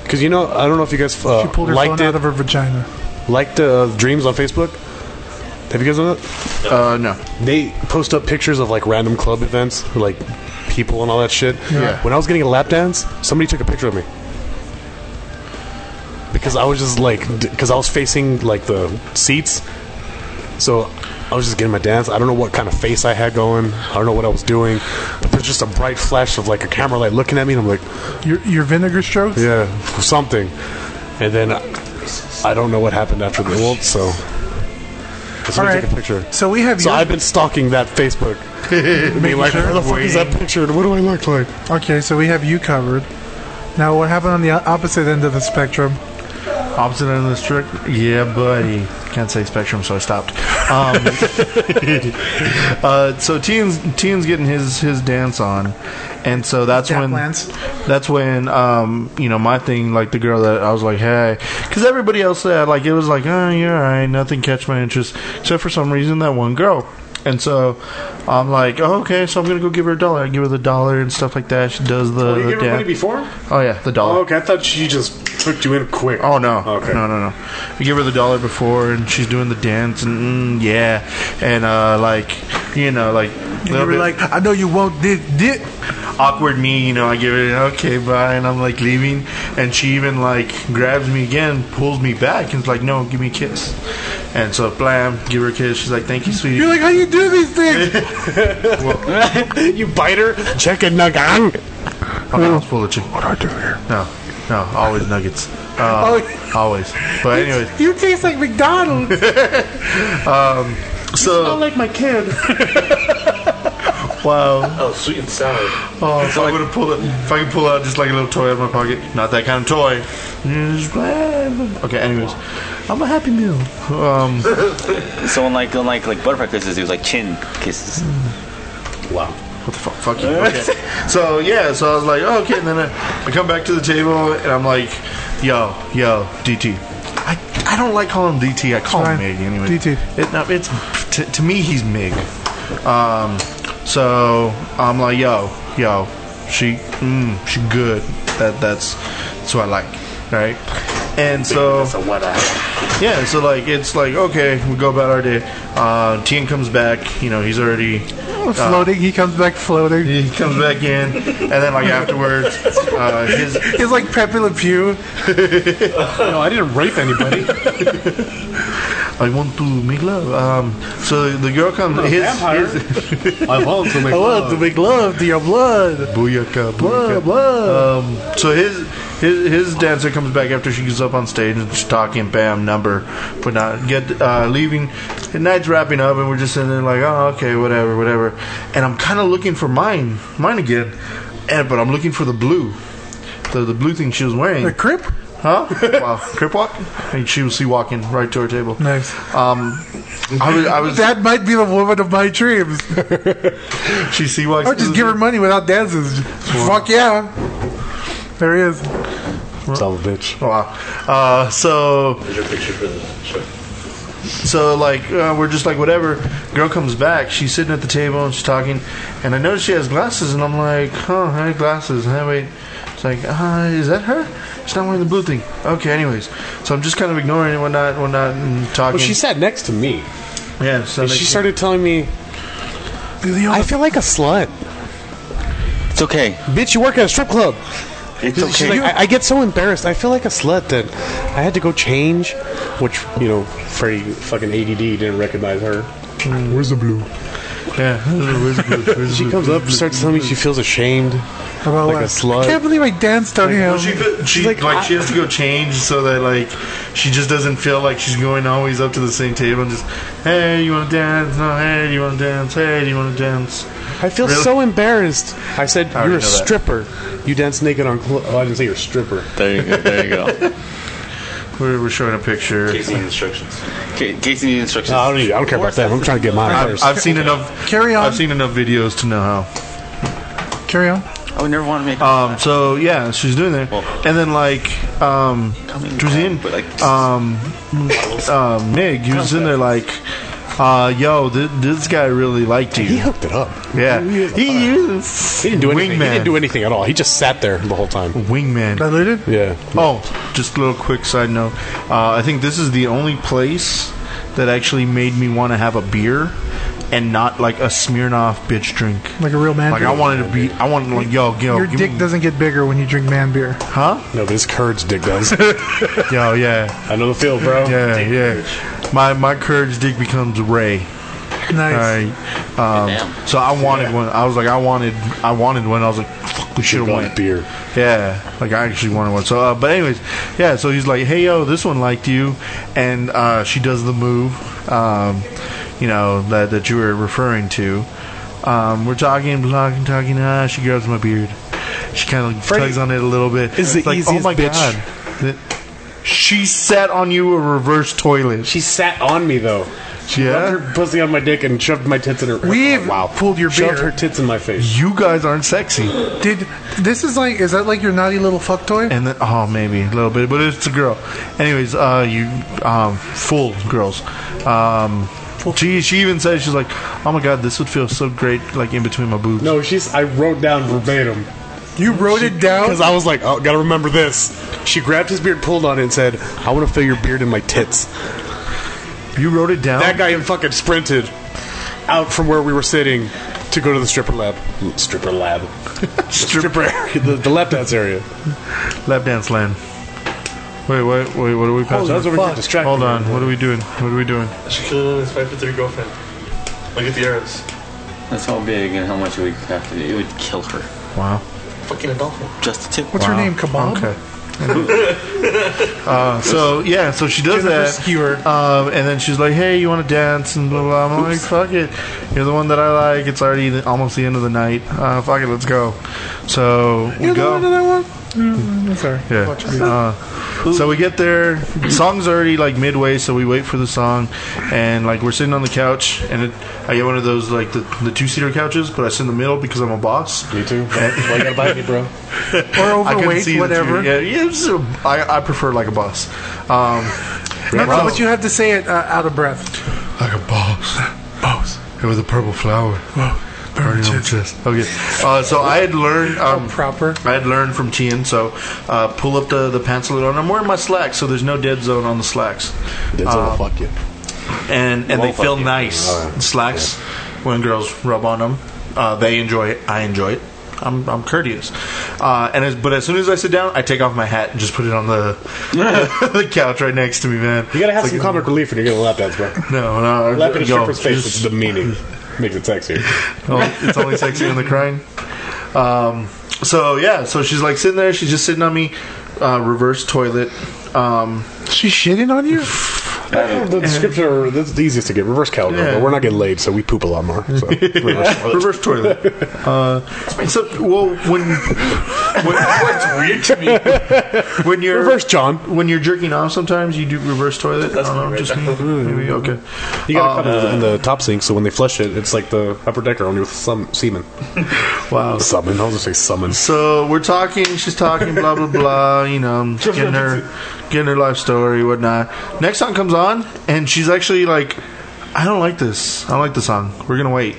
Because you know, I don't know if you guys uh,
She pulled her
liked
phone
it.
out of her vagina.
liked uh, dreams on Facebook. Have you guys done that?
Uh, no.
They post up pictures of like random club events, or, like people and all that shit.
Yeah.
When I was getting a lap dance, somebody took a picture of me because I was just like, because I was facing like the seats, so I was just getting my dance. I don't know what kind of face I had going. I don't know what I was doing. But there's just a bright flash of like a camera light looking at me, and I'm like,
Your, your vinegar strokes?
yeah, something. And then I, I don't know what happened after the Well, so. Somebody
right.
took a picture.
So we have
So
your-
I've been stalking that Facebook. being like, where the fuck is that picture? and What do I look like?
Okay, so we have you covered. Now, what happened on the o- opposite end of the spectrum?
Opposite end of the strict. Yeah, buddy. Can't say spectrum, so I stopped. Um, uh, so Tian's Tian's getting his his dance on, and so that's
Tap
when
dance.
that's when um you know my thing like the girl that I was like hey because everybody else said like it was like oh you're all right nothing catch my interest except for some reason that one girl. And so I'm like, oh, okay, so I'm gonna go give her a dollar. I give her the dollar and stuff like that. She does the, the dance.
before?
oh yeah, the dollar.
I thought she just tricked you in quick.
Oh no!
Okay.
No, no, no. We give her the dollar before, and she's doing the dance, and mm, yeah, and uh, like you know, like
You were like, I know you won't dig dick.
awkward me. You know, I give it okay, bye, and I'm like leaving, and she even like grabs me again, pulls me back, and is like, no, give me a kiss, and so blam, give her a kiss. She's like, thank you, sweetie.
You're like, how you do these things?
you biter, chicken
Oh,
nugget. Oh,
My mouth's full of chicken. What do I do here? No, no, always nuggets. Uh,
Oh.
always. But anyways,
you taste like McDonald's.
so
like my kid.
wow.
Oh, sweet and sour.
Oh, if I would pull it, if I could pull out just like a little toy out of my pocket, not that kind of toy. Okay, anyways, I'm a happy meal. Um,
So unlike unlike like butterfly kisses, it was like chin kisses.
what the fuck? Fuck you. Okay. So yeah, so I was like, oh, okay, and then I, I come back to the table and I'm like, yo, yo, DT. I, I don't like calling him DT. I call him
Fine.
Mig anyway.
DT.
It, no, it's to, to me he's Mig. Um, so I'm like, yo, yo, she, mm, she good. That that's that's what I like, right? And so Yeah, so like it's like okay, we go about our day. Uh, Tien comes back. You know, he's already
Oh, floating. He comes back floating.
he comes back in, and then like afterwards, uh, his
He's like Pepe Le Pew.
No, I didn't rape anybody.
I want to make love. Um, so the girl comes. His, his,
I want to make
I want to make love to your blood. Booyaka, booyaka. Um, so his his his dancer comes back after she gets up on stage and she's talking. Bam, number, but not get uh, leaving. The night's wrapping up and we're just sitting there like, oh, okay, whatever, whatever. And I'm kind of looking for mine, mine again, and but I'm looking for the blue, the the blue thing she was wearing.
The crip?
Huh? wow. Crip walk? And she was see walking right to her table.
Nice.
Um, I was, I was,
That might be the woman of my dreams.
she see walks.
Or just give her money without dances. Fuck yeah. There he is.
Son of a bitch.
Oh, Wow. Uh, so,
There's your picture for the show.
so like, uh, we're just like, whatever. Girl comes back. She's sitting at the table and she's talking. And I notice she has glasses. And I'm like, huh, I have glasses. Huh, wait. It's like, uh, is that her? She's not wearing the blue thing. Okay, anyways. So I'm just kind of ignoring it, whatnot, whatnot, and talking.
Well, she sat next to me.
yeah, so
And
like-
she started telling me,
Do the
I
old-
feel like a slut.
It's okay.
Bitch, you work at a strip club.
It's
She's
okay.
like, I, I get so embarrassed. I feel like a slut that I had to go change, which, you know, Freddie fucking ADD didn't recognize her. Where's the blue?
Yeah. Where's the blue? Where's the
She
blue?
comes up, starts telling me she feels ashamed,
About
like
what?
a slut.
I can't believe I danced on him.
Well, she fe- she
like,
like, she has to go change so that like she just doesn't feel like she's going always up to the same table and just hey you want to dance no hey do you want to dance hey do you want to dance
I feel
Really?
so embarrassed. I said,
already
"You're a
know that.
stripper. You dance naked on." Cl- oh, I didn't say you're a stripper.
there you go. There you go.
we're, we're showing a picture.
Casey instructions.
Okay, Casey needs instructions.
No, I don't. Need, I don't care about that. I'm trying to get mine
I've,
first.
I've seen enough.
Carry on.
I've seen enough videos to know how.
Carry on.
I would never want to make
Um, so yeah, she's doing that, and then like um,
Coming
towards the
back,
end,
but, like,
um, uh, Mig, he was in there like, uh, yo, th- this guy really liked
he
you.
hooked it up.
Yeah,
he, was a-
he, was
he didn't do anything. He
Wingman.
didn't do anything at all. He just sat there the whole time.
wingman.
Diluted?
Yeah.
Oh, just a little quick side note. Uh, I think this is the only place that actually made me want to have a beer and not like a Smirnoff bitch drink.
Like a real man
Like
beer.
I wanted to be. I wanted to like yo yo.
Your
give
dick
me-
doesn't get bigger when you drink man beer.
huh?
No, but his courage dick does.
Yo yeah
I know the feel, bro.
yeah yeah. My my courage dick becomes Ray.
Nice.
All right. Um, so I wanted one. I was like I wanted I wanted one. I was like fuck, we should have
Got
went.
beer.
Yeah, like I actually wanted one. So, uh, but anyways, yeah. So he's like, "Hey, yo, this one liked you," and uh, she does the move, um, you know, that that you were referring to. Um, we're talking, talking, talking. Ah, she grabs my beard. She kind of tugs on it a little bit. "Oh
is the easiest bitch."
That- She sat on you a reverse toilet.
She sat on me though. She
Yeah?
rubbed her pussy on my dick and shoved my tits in her.
We've
wow.
pulled your
shoved her
beer.
tits in my face.
You guys aren't sexy.
Did this is like is that like your naughty little fuck toy?
and then oh maybe a little bit but it's a girl anyways uh you um full girls um she she even said she's like oh my god this would feel so great like in between my boobs
No, she's. I wrote down verbatim.
You wrote it down.
Because I was like, oh, gotta remember this. She grabbed his beard, pulled on it, and said, I want to feel your beard in my tits.
you wrote it down
That guy even fucking sprinted out from where we were sitting to go to the stripper lab. Stripper lab. stripper area. The, the lap dance area.
lap dance land wait wait wait what are we passing
that's what we get distracted
hold
by.
on what are we doing what are we doing
Shaquille O'Neal's five foot three girlfriend. Look at the arrows.
That's how big and how much it would have to. It would kill her.
wow
Fucking a dolphin.
Just a tip.
What's her name? Kabam.
okay uh, so yeah, so she does
Jennifer
that,
Skewer.
um, and then she's like, "Hey, you want to dance?" and blah blah. blah. I'm like, "Fuck it, you're the one that I like. It's already the, almost the end of the night. Uh, fuck it, let's go." So we
You're the
go.
one that I want. Mm, I'm sorry.
Yeah.
Watch me.
Uh, so we get there. Song's already like midway, so we wait for the song, and like we're sitting on the couch, and it, I get one of those like the, the two seater couches, but I sit in the middle because I'm a boss.
Me too. Why you gotta buy me, bro?
or
I couldn't
overweight,
see the
whatever.
two- Yeah, yeah it's a, I, I prefer like a boss. Um,
No, no, but you have to say it uh, out of breath.
like a boss. Boss. It was a purple flower. Burning on my chest. Okay. Uh, so I had learned. Um,
Oh, Proper.
I had learned from Tien, so uh, pull up the, the pants a little. And I'm wearing my slacks, so there's no dead zone on the slacks. Um,
That's all fuck you.
and and they
Won't fuck
feel
you.
nice. Slacks when girls rub on them, uh, they enjoy it. I enjoy it. I'm I'm courteous. Uh, and as, but as soon as I sit down, I take off my hat and just put it on the the couch right next to me, man.
You gotta have some comic relief when you're getting lap dance, bro.
No, no,
Lap in a
yo,
stripper's face
just-
is demeaning. Makes it sexier.
Oh, it's only sexy in the crying. Um, so yeah, so she's like sitting there. She's just sitting on me, uh, reverse toilet. Um,
She shitting on you?
the description are, that's the easiest to get. Reverse cowgirl,
Yeah.
but we're not getting laid, so we poop a lot more. So. Reverse toilet.
reverse toilet. Uh, so well, when when,
Weird to me.
when you're
Reverse John.
when you're jerking off, sometimes you do reverse toilet. I don't know, just me, maybe okay.
You gotta cut it in the top sink, so when they flush it, it's like the upper decker only with some semen.
Wow.
Summon. I was gonna say summon.
So we're talking, she's talking, blah blah blah. You know, I'm getting her, getting her life story, whatnot. Next song comes on, and she's actually like, "I don't like this. I don't like the song. We're gonna wait."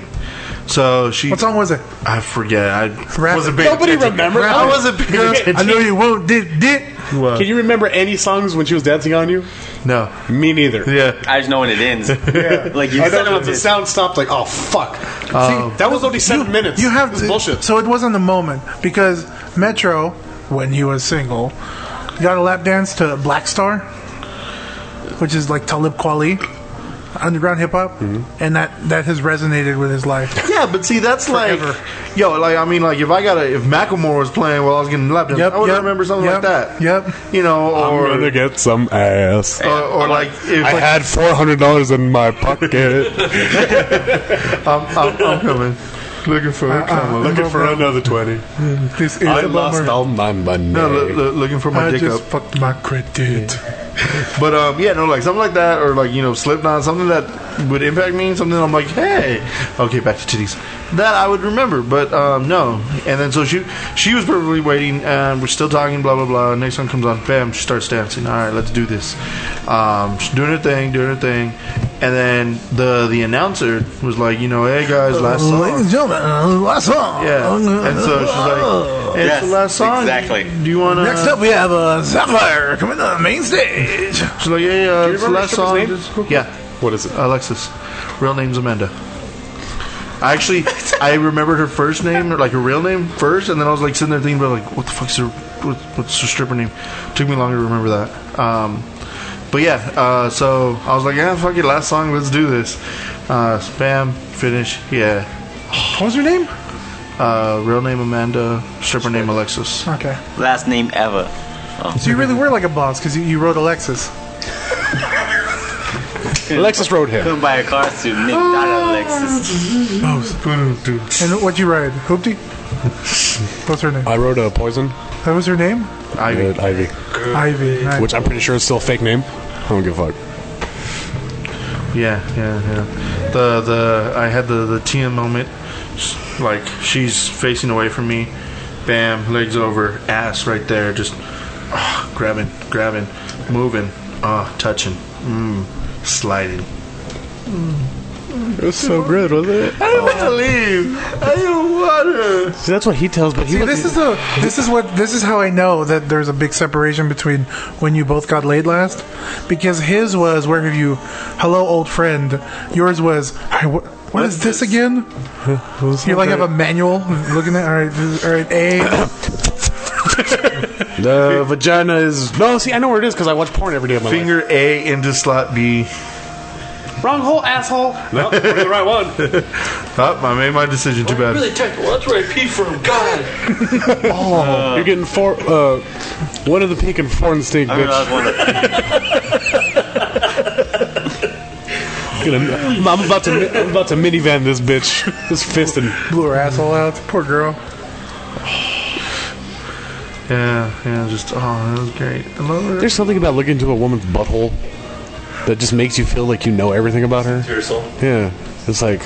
So she,
What song was it?
I forget. I
Rap
wasn't
it.
paying
Nobody
attention.
remembers.
I wasn't paying attention.
I know you won't. Did did?
Can you remember any songs when she was dancing on you?
No.
Me neither.
Yeah.
I just know when it ends. Like you
I
said,
don't know. if The sound stopped. Like, oh fuck. that was only seven minutes.
You have
This is bullshit.
So it wasn't the moment because Metro, when he was single, got a lap dance to Black Star, which is like Talib Kweli, underground hip hop, and that that has resonated with his life.
Yeah, but see, that's
Forever.
like, yo, like I mean, like if I got a, if Macklemore was playing while I was getting lap dance,
Yep,
I would
yep,
remember something like
yep,
that.
yep.
You know,
I'm
or
gonna get some ass.
or, or like if
I
like,
had four hundred dollars in my pocket.
I'm, I'm, I'm coming, looking for a comma.
Looking for another twenty.
This is
I
a
lost
bummer.
all my money.
No, loo- loo- looking for my
I
dick
just
up.
fucked my credit.
But um, yeah, no, like something like that, or like you know, Slipknot, something that would impact me. Something I'm like, hey, okay, back to titties. That I would remember, but um, no. And then so she she was perfectly waiting, and we're still talking, blah blah blah. Next song comes on, bam, she starts dancing. All right, let's do this. Um, she's doing her thing, doing her thing, and then the the announcer was like, you know, hey guys, last
Ladies
song.
and gentlemen, uh, last song.
Yeah, and so she's like, hey, it's
Yes,
the last song.
exactly.
Do you want to?
Next up, we have uh, Sapphire coming on the main stage.
She's like, yeah, yeah, it's the
remember
last
the
song.
stripper's
Just- Yeah,
What is it?
Alexis. Real name's Amanda. I actually, I remembered her first name, like her real name first, and then I was like sitting there thinking about like, what the fuck's her, what, what's her stripper name? Took me longer to remember that. Um, but yeah, uh, so I was like, yeah, fuck it, last song, let's do this. Uh, spam, finish, yeah.
What was her name?
Uh, real name Amanda, stripper name Alexis.
Okay.
last name ever.
So you really were like a boss because you, you rode Alexis.
Alexis rode him.
Couldn't buy a car suit. Nick, not Alexis.
And what'd you ride? Hoopty? What's her name?
I rode a poison.
That was her name?
I
Ivy.
rode Ivy,
Uh, Ivy. Nice.
which I'm pretty sure is still a fake name. I don't give a fuck.
Yeah, yeah, yeah. The the I had the the Tia moment. S- Like she's facing away from me, bam, legs over, ass right there, just ah, grabbing, grabbing, moving, ah, touching, mm, sliding.
It was so good, wasn't it?
I don't want to leave. I don't want to.
See, that's what he tells, but he
See, this is the this is what this is how I know that there's a big separation between when you both got laid last, because his was where have you, hello old friend, yours was I, wh- what is this again? You like have a manual looking at all right, this- all right A.
The vagina is no. See, I know where it is because I watch porn every day of my
Finger A into slot B.
life. Wrong hole, asshole. No, the right one.
Oh, I made my decision. Too bad.
Really technical. That's where I peed from. God.
You're getting four. Uh, one of the pink and four in the stink,
I remember I was
bitch.
one of the
Gonna- I'm about to. I'm about to minivan this bitch. This fisting.
Blew her asshole out. Poor girl.
Yeah, yeah. Just oh, that was great. I love her.
There's something about looking into a woman's butthole that just makes you feel like you know everything about her.
Your soul.
Yeah, it's like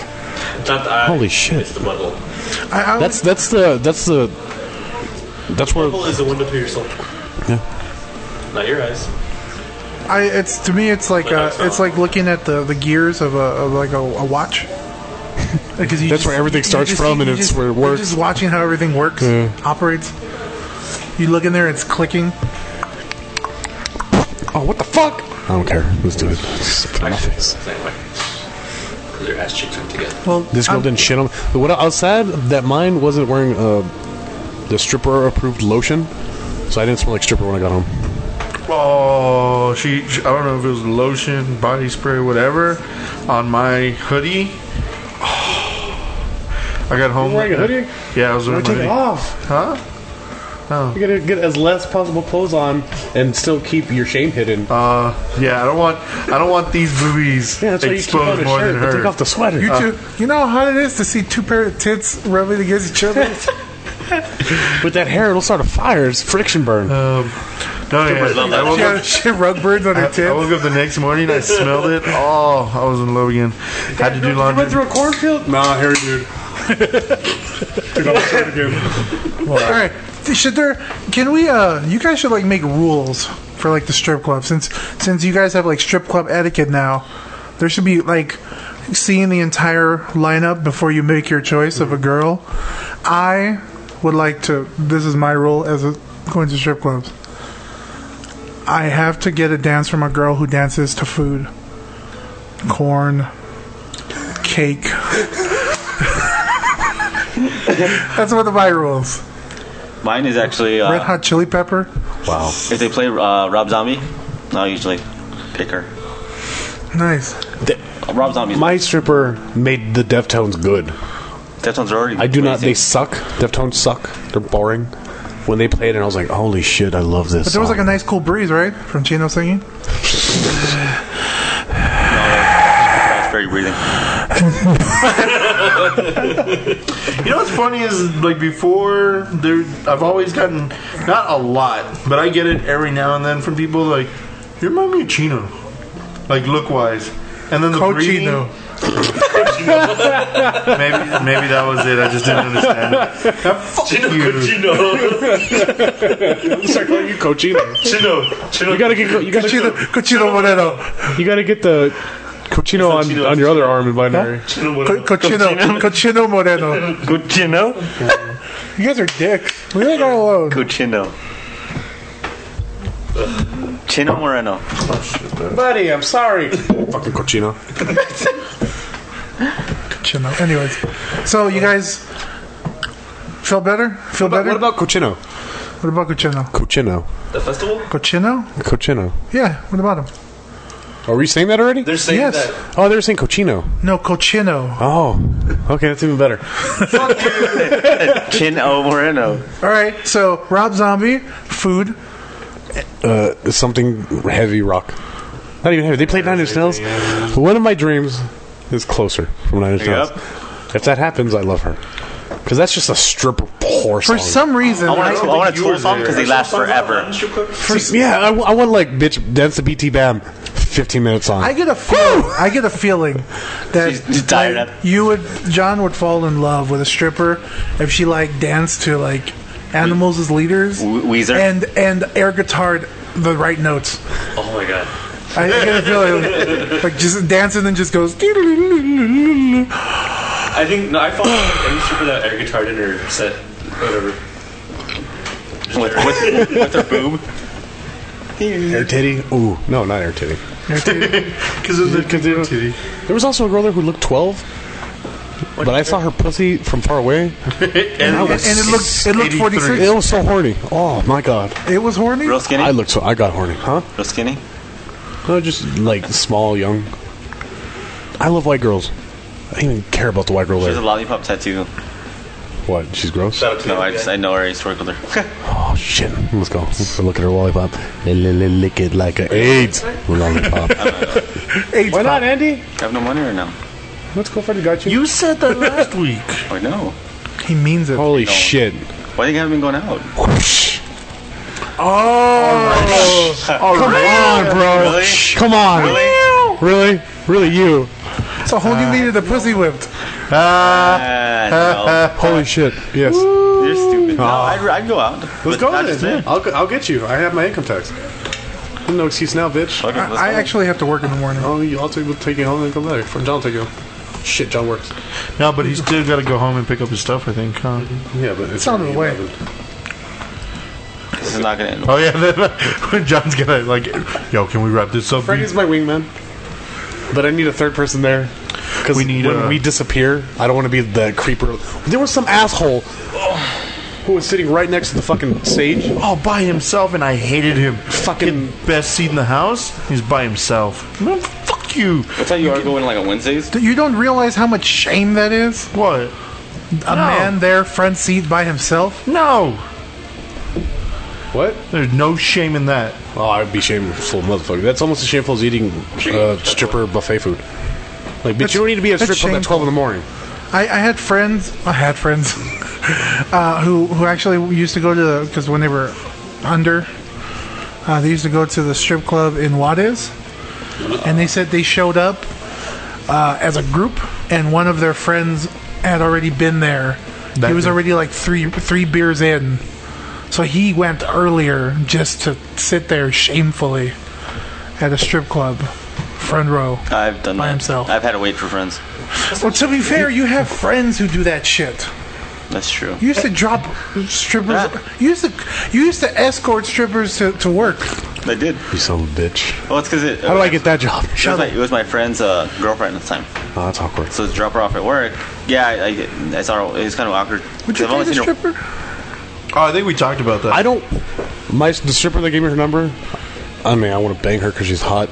Not the eye.
Holy shit.
It's the butthole.
I, I
that's that's the that's the that's where
Butthole is the window to your soul. Not your eyes.
I it's to me it's like uh, it's like looking at the, the gears of a of like a, a watch. Because you
That's where everything
you
starts from and
you
it's
just-
where it
you're
works.
Just watching how everything works, operates. You look in there, it's clicking.
oh what the fuck? I don't care. Let's do it. Just put it in my face.
Same way. Because their ass cheeks are together.
Well,
This girl
I'm-
didn't shit on. But what I was sad that mine wasn't wearing uh, the stripper approved lotion, so I didn't smell like stripper when I got home.
Oh, she, she- I don't know if it was lotion, body spray, whatever, on my hoodie. Oh, I got home.
wearing a hoodie?
Yeah, I was wearing
Take it
my
off.
hoodie. Huh?
You gotta get as less possible clothes on and still keep your shame hidden.
Uh, yeah, I don't want, I don't want these boobies
yeah, that's why you keep on
exposed
a
more
shirt.
than
but Take
her.
off the sweater.
You two, you know how hard it is to see two pair of tits rubbing against each other.
With that hair, it'll start a fire. It's friction burn.
No, yeah, I woke
she,
up
had, she had rug birds on her
I, I
tits.
woke up the next morning. I smelled it. Oh, I was in love again. Had to do laundry.
a cornfield? Nah, hair dude.
All right, should there? Can we? Uh, you guys should like make rules for like the strip club since since you guys have like strip club etiquette now. There should be like seeing the entire lineup before you make your choice of a girl. I would like to. This is my rule as a, going to strip clubs. I have to get a dance from a girl who dances to food, corn, cake. That's one of my rules.
Mine is actually
Red
uh,
Hot Chili Pepper.
if they play uh, Rob Zombie, I'll usually pick her.
Nice.
Rob Zombie's
My stripper made the Deftones good.
That sounds already.
I do not. They suck. Deftones suck. They're boring. When they played it, I was like, "Holy shit, I love this."
But there was like a nice cool breeze, right? From Chino singing.
very breathing.
You know what's funny is like before there, I've always gotten not a lot, but I get it every now and then from people like, "You remind me of Chino," like look wise, and then the breathing-
Cochino.
Maybe maybe that was it. I just didn't understand. it. Fuck you.
Chino,
you cochino.
Chino, Chino.
You gotta get. co- You gotta.
Cochino, Cochino Moreno.
You gotta get the cochino on, on your other arm in binary.
Chino,
Co-
whatever.
Cochino. Cochino Moreno.
Good, you know.
You guys are dicks. Leave that guy alone.
Cuchino. Chino Moreno.
Buddy, I'm sorry. Fucking cochino.
Cochino. Anyways, so you guys feel better? Feel
But
better?
what about cochino?
what about Cochino?
Cochino.
The festival?
Cochino?
Cochino.
Yeah. What about him?
Are we saying that already?
They're saying
Yes.
that.
Oh, they were saying cochino.
No, Cochino.
Oh, okay, that's even better.
Chino Moreno.
All right. So Rob Zombie, food.
Uh, something heavy rock. Not even heavy. They played Nine Inch Nails. One of my dreams is closer from Nine Inch Nails. If that happens, I love her. Because that's just a stripper horse.
For some reason,
I want
I-
to. I want to tour song because they last forever.
yeah, I, w- I want like bitch dance to BT Bam, fifteen minutes on.
I get a feel. I get a feeling that
She's- she's tired
like,
up.
you would John would fall in love with a stripper if she like danced to like animals as leaders,
Wh- Weezer.
and and air guitared the right notes.
Oh my god.
I, I get a feeling like, just dance and then just goes. That's
I think no, I follow like, any stripper that air guitar in her set, whatever.
with, with, with her boob.
air titty? Ooh, no, not air titty.
Because of the titty.
There was also a girl there who looked twelve, but I saw her pussy from far away.
And,
and it looked- it looked 46.
It was so horny. Oh my god,
it was horny.
Real skinny.
I looked so I got horny, huh?
Real skinny.
No, just like small, young. I love white girls. I didn't even care about the white girl
There's a
there.
lollipop tattoo.
What? She's gross.
Shout out to
No,
them.
I just I know her. I used to work with her.
Oh shit! Let's go. Let's look at her lollipop. Lick it like a AIDS lollipop.
AIDS
Why
pop.
not, Andy?
I have no money right now.
Let's go for the got you.
You said that last week.
I know.
He means it.
Holy shit!
Why do you haven't been going out?
Whoosh.
Come
Come on, bro.
Really?
Shh, Come on.
Really?
Really? Really, you.
It's a whole new meaning to pussy whipped.
Ah,
Holy shit. Yes.
no, you're stupid. No, I'd, I'd Ah. go out.
Let's
but
go
not
then.
just then.
I'll, I'll get you. I have my income tax. No excuse now, bitch.
Okay, let's
I
go.
actually have to work in the morning.
Oh, you- I'll take, we'll take you home and come later. From John, will take you home. Shit, John works.
No, but he's still got to go home and pick up his stuff. I think. Huh?
Yeah, but it's
It's on the way.
This is not gonna end.
Oh yeah. Then, uh, John's gonna like, yo, can we wrap this up?
Frankie's my wingman, but I need a third person there because
We need uh,
when
a-
we disappear, I don't want to be the creeper. There was some asshole who was sitting right next to the fucking sage.
all oh, by himself, and I hated him.
Fucking-
Get best seat in the house. He's by himself. No, fuck you.
That's how you are going like on Wednesdays.
You don't realize how much shame that is?
What?
A man there, front seat by himself?
No.
What?
There's no shame in that.
Oh, I'd be shameful, motherfucker. That's almost as shameful as eating uh, stripper buffet food. Like, bitch, you don't need to be at a
that's
strip club at
shameful.
12 in the morning.
I, I had friends. I had friends uh, who who actually used to go to the because when they were under, uh, they used to go to the strip club in Juarez, and they said they showed up uh, as a group, and one of their friends had already been there. he was already like three three beers in, so he went earlier just to sit there shamefully at a strip club, front row.
I've done
By
that.
himself.
I've had to wait for friends.
Well, to be fair, you have friends who do that shit.
That's true.
You used to drop strippers. You used to you used to escort strippers to, to work.
I did.
You son of a bitch.
Well, it's because it.
How do I get that job?
It was, my, it was my friend's uh, girlfriend at the time,
Oh, that's awkward.
so to drop her off at work. Yeah, I, I, I saw her. It was kind of awkward.
Would you
I've only
date a
seen her-
stripper?
Oh, I think we talked about that.
I don't. My the stripper that gave me her number. I mean, I want to bang her because she's hot.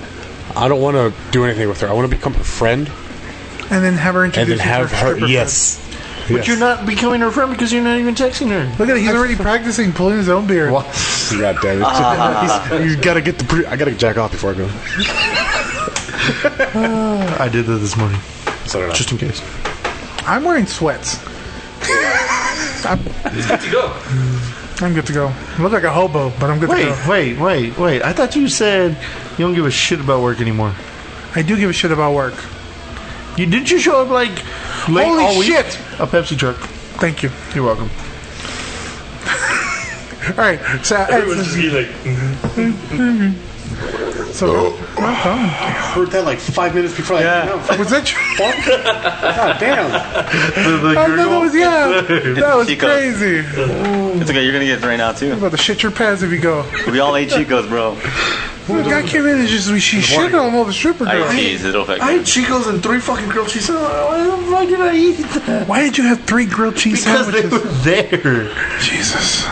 I don't want to do anything with her. I want to become her friend
And then have her
and
introduce
then
you
have
to
her.
stripper
Yes.
but
Yes.
you're not becoming her friend because you're not even texting her.
friends. Look at it. He's already practicing pulling his own beard.
God damn it! He's- he's gotta get the. Pre- I gotta jack off before Ah. I go.
I did that this morning,
So did I.
just in case.
I'm wearing sweats.
to go.
I'm good to go. I look like a hobo, but I'm good to
Wait,
go.
wait, wait, wait. I thought you said you don't give a shit about work anymore.
I do give a shit about work.
You didn't you show up like late
Holy
all week?
shit!
A Pepsi truck.
Thank you.
You're welcome.
All right. So, uh,
Everyone's just eating like
so
heard that like five minutes before I. Yeah.
was that? True?
Damn.
I thought that was yeah. That was
Chico.
crazy. You're
It's okay. You're gonna get drained out too.
about to shit your pants if you go.
We all ate Chicos, bro.
The guy came in and just she shit on all the stripper
I
girls.
tease. It'll affect.
I
me.
had Chicos and three fucking grilled cheese sandwiches. Why the fuck did I eat that?
Why did you have three grilled cheese
Because they
sandwiches?
were there.
Jesus.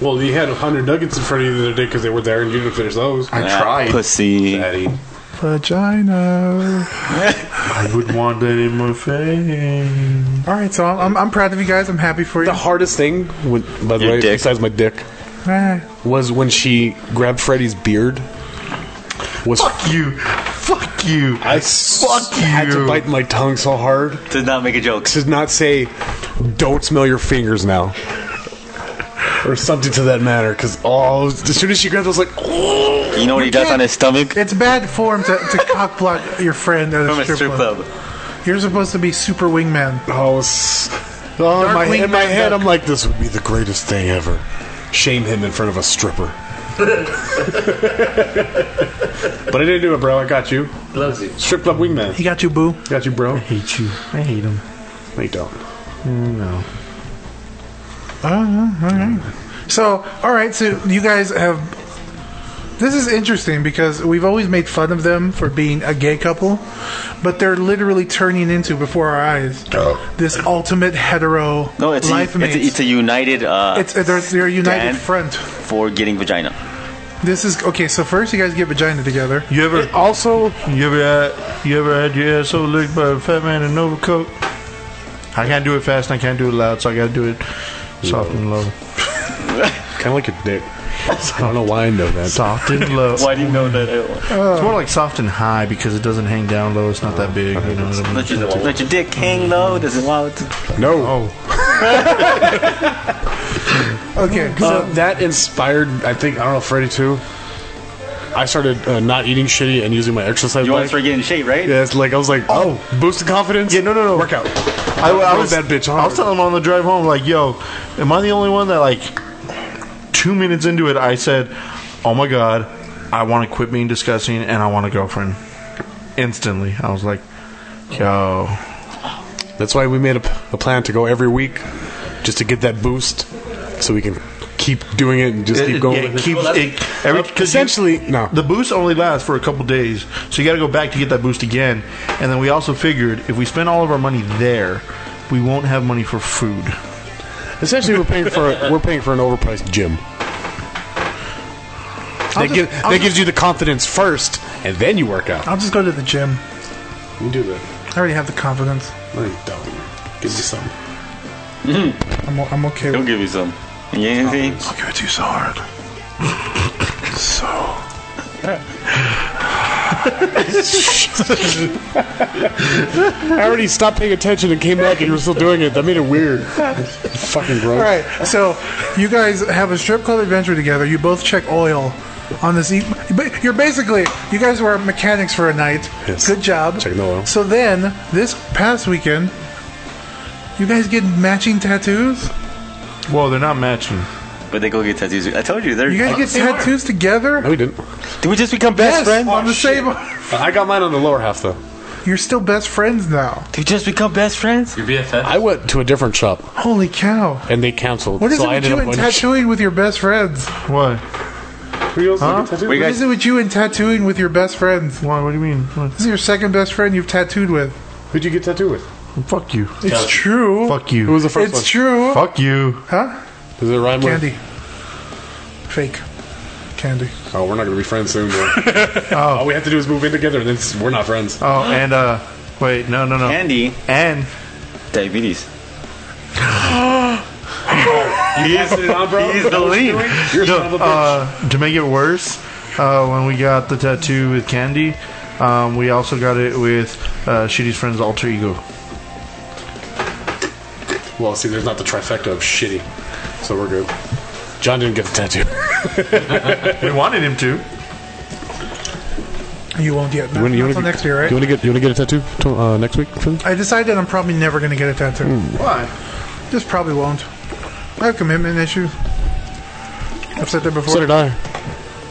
Well, you had hundred nuggets in front of you the other day because they were there and you didn't finish those. I
Ah, Pussy.
Daddy.
Vagina.
I would want that in my face.
All right, so I'm, I'm, I'm proud of you guys. I'm happy for you.
The hardest thing, when, by the
Your
way,
dick.
besides my dick,
Eh,
was when she grabbed Freddy's beard. Was
Fuck you. Fuck you.
I s-
Fuck
had to
you.
bite my tongue so hard
Did not make a joke.
to not say, "Don't smell your fingers now," or something to that matter. Because oh, as soon as she grabbed, it, I was like, "Oh."
You know what he does
can't-
on his stomach?
it's bad form to, to cock block your friend at
From
a
a
strip,
strip
club.
club.
You're supposed to be super wingman.
Oh, s- oh, in my, in my head, I'm like, this would be the greatest thing ever. Shame him in front of a stripper. but I didn't do it, bro. I got you.
loves you.
Strip club wingman.
He got you, boo.
Got you, bro.
hate you. I hate him.
They don't.
Uh-huh, So, all right, so you guys have. This is interesting because we've always made fun of them for being a gay couple, but they're literally turning into before our eyes this ultimate hetero
No, it's a,
life
it's, a,
mate.
it's a united uh,
It's- they're, they're a united
Dan?
front.
for getting vagina.
This is okay. So first, you guys get vagina together.
You ever also you ever uh, you ever had your ass so licked by a fat man in an overcoat? I can't do it fast and I can't do it loud, so I gotta do it soft and low.
Kind of like your dick. I don't know why I know that.
Soft and low.
Why do you know that?
It's more like soft and high because it doesn't hang down low. It's not that big. You know what I mean?
Let your, let your dick hang low. Does it want?
No.
Oh,
Okay,
Mm-hmm.
Uh, that inspired, I think, I don't know, Freddy too. I started uh, not eating shitty and using my exercise
You want to
bike.
start getting in shape, right?
Yeah, it's like I was like, oh, boost of confidence.
Yeah, no, no, no.
Workout.
I, I
Rode
was
that bitch
I was
hard.
telling him on the drive home, like, "Yo, am I the only one that like two minutes into it, I said, oh my god, I want to quit being disgusting and I want a girlfriend instantly." I was like, "Yo,
That's why we made a, p- a plan to go every week, just to get that boost, so we can keep doing it and just
it,
keep going.
yeah, it
with it.
keeps it, every, 'cause you-
Essentially, no.
The boost only lasts for a couple days, so you got to go back to get that boost again. And then we also figured if we spend all of our money there, we won't have money for food.
Essentially, we're paying for a, we're paying for an overpriced gym. That,
just-
give,
I'll
that gives you the confidence first, and then you work out.
I'll just go to the gym.
You do that.
I already have the confidence.
No, you don't. Gives you something.
I'm, o- I'm okay
He'll
with
give you some. Yeah, see?
I'll give it to you so hard. so.
I already stopped paying attention and came back, and you were still doing it. That made it weird. Fucking gross.
All right, so you guys have a strip club adventure together. You both check oil on this. E- but you're basically you guys were mechanics for a night.
Yes.
Good job.
Checking the oil.
So then, this past weekend, you guys get matching tattoos.
Whoa, they're not matching.
But they go get tattoos. I told you, they're.
You guys get tattoos together.
No, we didn't.
Did we just become best
yes,
friends?
Oh,
on the same.
Uh, I got mine on the lower half though.
You're still best friends now.
Did we just become best friends?
Your BFF?
I went to a different shop,
Holy cow!
and they canceled.
What is
so
it
I
with
ended
you
up
and
going
tattooing with your best friends?
What?
Were you
What
guys
is it with you and tattooing with your best friends?
Why? What do you mean? What?
This is your second best friend you've tattooed with.
Who'd you get tattooed with?
Fuck you.
It's true.
Fuck
Who
you.
was the first
It's true.
Fuck you.
Huh?
one? Does it rhyme
Candy. Fake. Candy.
with? Oh, we're not gonna be friends soon. Bro.
Oh.
All we have to do is move in together, and then s- we're not friends.
Oh, and uh, wait, no, no, no.
Andy?
And
Diabetes.
You passed it on, bro.
He's the lead.
You're a
No,
son of a bitch.
uh, to make it worse, uh, when we got the tattoo with Candy, um, we also got it with uh, Shitty's friend's alter ego.
well, see, there's not the trifecta of shitty, so we're good. John didn't get the tattoo.
We wanted him to.
You won't get.
wanna-
Not,
wanna
until
get-
next year, right?
You want to get you want to get a tattoo to, uh, next week? Finn?
I decided I'm probably never going to get a tattoo.
Hmm.
Why?
Just probably won't. I have commitment issues. I've said that
So
before.
did I.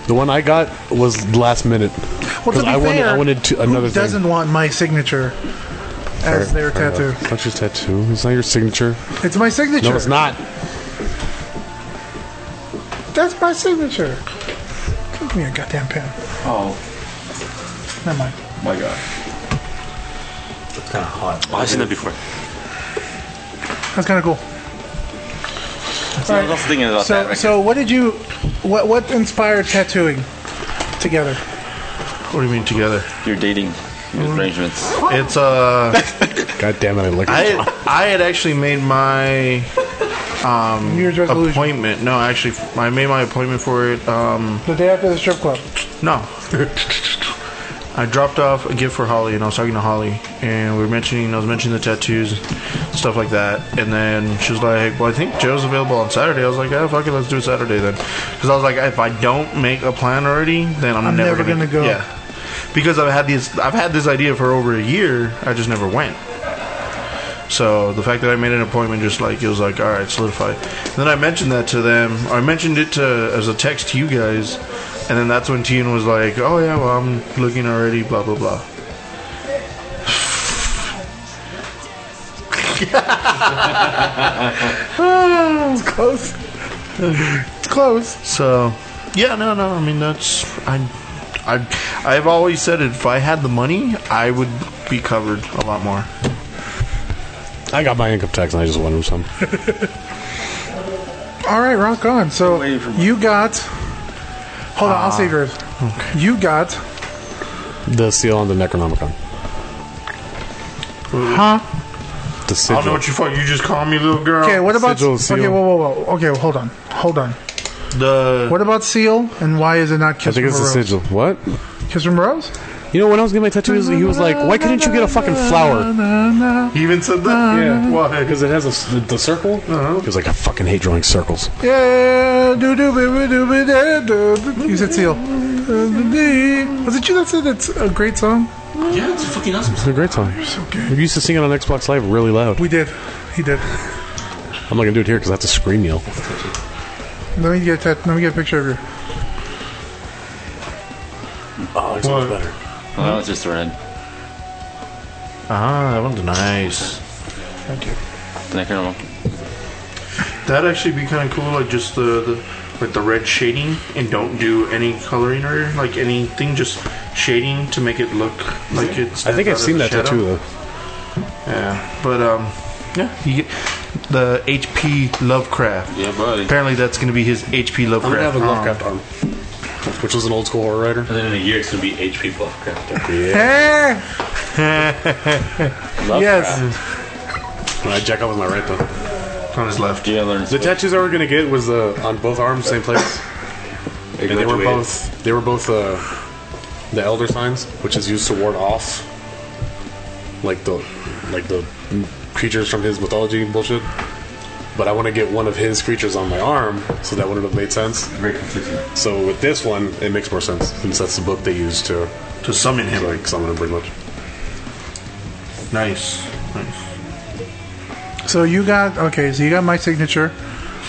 The one I got was last minute.
well, to
'cause
be
I wanted-
fair,
I wanted to- another
who
thing.
doesn't want my signature as their tattoo?
It's not your tattoo. It's not your signature.
It's my signature.
No, it's not.
That's my signature. Give me a goddamn pen.
Oh,
Never mind.
my God.
Oh, I've seen that before.
That's kind of cool.
So I was also thinking about that.
So,
Right?
so what did you? What what inspired tattooing together?
What do you mean together?
Your dating arrangements.
It's uh,
God damn it! I like.
I I had actually made my
New Year's resolution.
appointment. No, actually, I made my appointment for it. Um,
The day after the strip club.
No. I dropped off a gift for Holly, and I was talking to Holly, and we were mentioning, I was mentioning the tattoos, stuff like that, and then she was like, "Well, I think Joe's available on Saturday." I was like, "Yeah, fuck it, let's do it Saturday then," because I was like, "If I don't make a plan already, then I'm,
I'm
never,
never
gonna,
gonna go.
Yeah, because I've had these, I've had this idea for over a year. I just never went. So the fact that I made an appointment, just like it was like, all right, solidify. And then I mentioned that to them. I mentioned it to as a text to you guys, and then that's when Tian was like, oh yeah, well I'm looking already, blah blah blah.
Close. Close.
So yeah, no, no. I mean that's I, I, I've always said it. If I had the money, I would be covered a lot more.
I got my income tax, and I just wanted some.
All right, rock on. So
waiting for
you got. Hold on, I'll save yours. You got,
The seal on the Necronomicon.
huh?
The sigil.
you fuck. You just call me little girl.
Oh,
Okay, what about?
Sigil, seal.
Okay, whoa, whoa, whoa. Okay, well, hold on, hold on.
The
What about seal? And why is it not
I
Kiss
think
from a
it's the
Rose?
sigil. What?
Kiss from a Rose?
You know, when I was getting my tattoos, he was like, "Why couldn't you get a fucking flower?"
he even said that.
Yeah.
Why?
Because it has a s the circle. Uh-huh. He was like, "I fucking hate drawing circles."
Yeah, do do baby do be da, do. do. You said seal. Was it you that said it's a great song?
Yeah, it's fucking awesome.
It's a great song. We used to sing it on Xbox Live really loud.
We did. He did.
I'm not gonna do it here because I have to scream yell.
Let me get that. Let me get a picture of you.
Oh, it's much better.
Well, that was just red.
Ah, that one's nice.
The necronormal.
That'd actually be kind of cool, like just the, the like the red shading, and don't do any coloring or like anything, just shading to make it look like it's.
I think I've seen that tattoo though.
Yeah, but um, yeah, you get, the H.P. Lovecraft.
Yeah, buddy.
Apparently, that's going to be his H.P.
I'm gonna have
Lovecraft. Um,
a Lovecraft arm, Uh-huh. which was an old school horror writer.
And then in a year, it's gonna be HP Lovecraft.
Eh, yes.
I jack up with my right though.
on his left.
Yeah, I learned
The tattoos I were gonna get was uh, on both arms, same place, and they were both they were both uh, the elder signs, which is used to ward off like the like the creatures from his mythology and bullshit. But I want to get one of his creatures on my arm, so that wouldn't have made sense.
very conflicting.
So with this one, it makes more sense since that's the book they use to
To summon him.
like summon him pretty much.
Nice. Nice.
So you got okay. So you got my signature.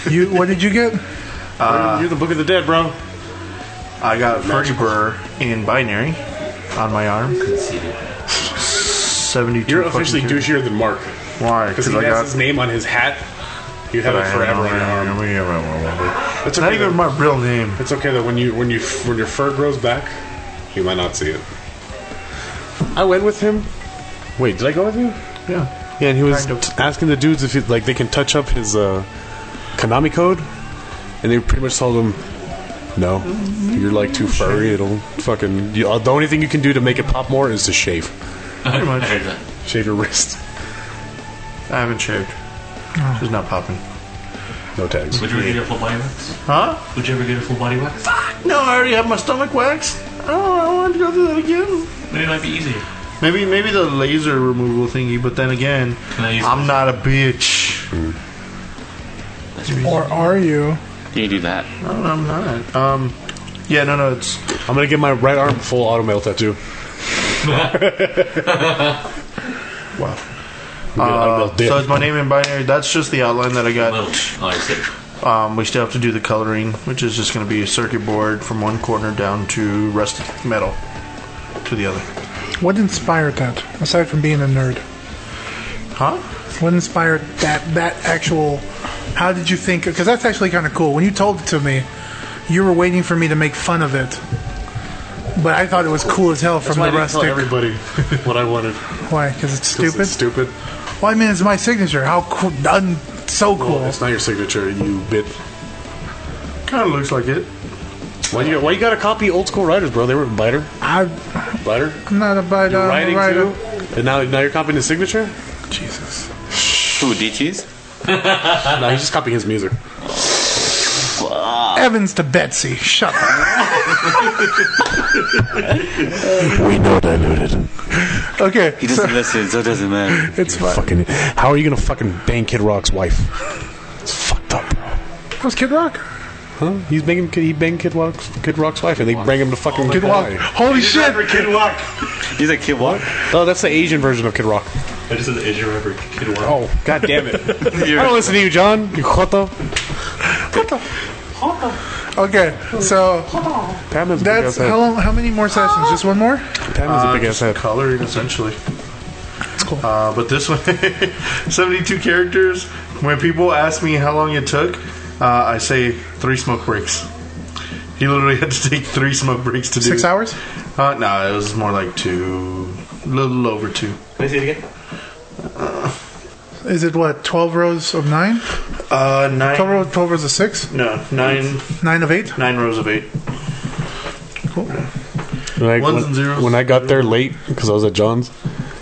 You what did you get?
You're the Book of the Dead, bro.
I got Fergie Burr in binary on my arm. 72
You're officially
fucking
douchier than Mark
two. Why?
because
Because I
he has
got.
his name on his hat. You have it forever on your arm.
It's not even my real name.
It's okay though. When you when you when your fur grows back, you might not see it. I went with him. Wait, did I go with you?
Yeah.
Yeah, and he was
Kind
t- asking the dudes if he, like they can touch up his uh, Konami code, and they pretty much told him, "No, you're like too furry. It'll fucking. You, uh, the only thing you can do to make it pop more is to shave,
Pretty much. I
shave your wrist.
haven't shaved. She's not popping.
No tags.
Would you ever get a full body wax?
Huh?
Would you ever get a full body wax?
No, I already have my stomach waxed. I don't, I don't want to go through that again.
Then it might be easier.
Maybe maybe the laser removal thingy, but then again,
Can I use
I'm not a bitch.
Or are you?
You can do that.
No, I'm not. Um, yeah, no, no, it's
I'm gonna get my right arm full automail tattoo.
wow.
Automail dick.
uh, So it's my name in binary. That's just the outline that I got.
Little. Oh, I see.
Um, we still have to do the coloring, which is just going to be a circuit board from one corner down to rusted metal to the other.
What inspired that? Aside from being a nerd,
Huh?
what inspired that? That actual? How did you think? Because that's actually kind of cool. When you told it to me, you were waiting for me to make fun of it. But I thought it was cool as hell from
I
the
didn't tell
rustic.
everybody what I wanted. 'cause
Why? Because it's
it's
stupid.
Stupid.
well, I mean, it's my signature. How cool? Un- so cool.
Well, it's not your signature, you bit.
Kind of looks like it.
Why you, why you gotta copy old school writers, bro? They were biter,
I,
biter,
I'm not a bad uh,
writing
writer.
too, and now now you're copying his signature.
Jesus.
Ooh, DTs?
No, he's just copying his music.
Evans to Betsy. Shut up.
We know diluted.
Okay.
He doesn't listen, so it doesn't matter.
It's fucking.
How are you gonna fucking bang Kid Rock's wife? It's fucked up, bro.
Who's Kid Rock?
Huh? He's banging. He banged Kid Rock's Kid Rock's wife, and they bring him to fucking Kid
Rock. Holy shit.
Kid Rock.
He's like, kid, what?
Oh, that's the Asian version of Kid Rock.
I just said the Asian rapper Kid Rock.
Oh, god damn it! I don't listen to you, John. You hoto.
Okay. So
Pam is a big ass
that's Uh, how
head.
long? How many more
Ah!
sessions? Just one more?
Pam is a big ass head.
Coloring, essentially.
That's cool.
Uh, but this one, 72 characters. When people ask me how long it took, uh, I say three smoke breaks. He literally had to take three smoke breaks to do
Six hours?
Uh, no, it was more like two, a little over two.
Can I see it again?
Is it what? Twelve rows of nine?
Uh,
Twelve
nine.
rows, twelve rows of six?
No, nine,
Nine of eight?
nine rows of eight.
Cool.
When I,
Ones
when,
and zeros.
when I got there late because I was at John's,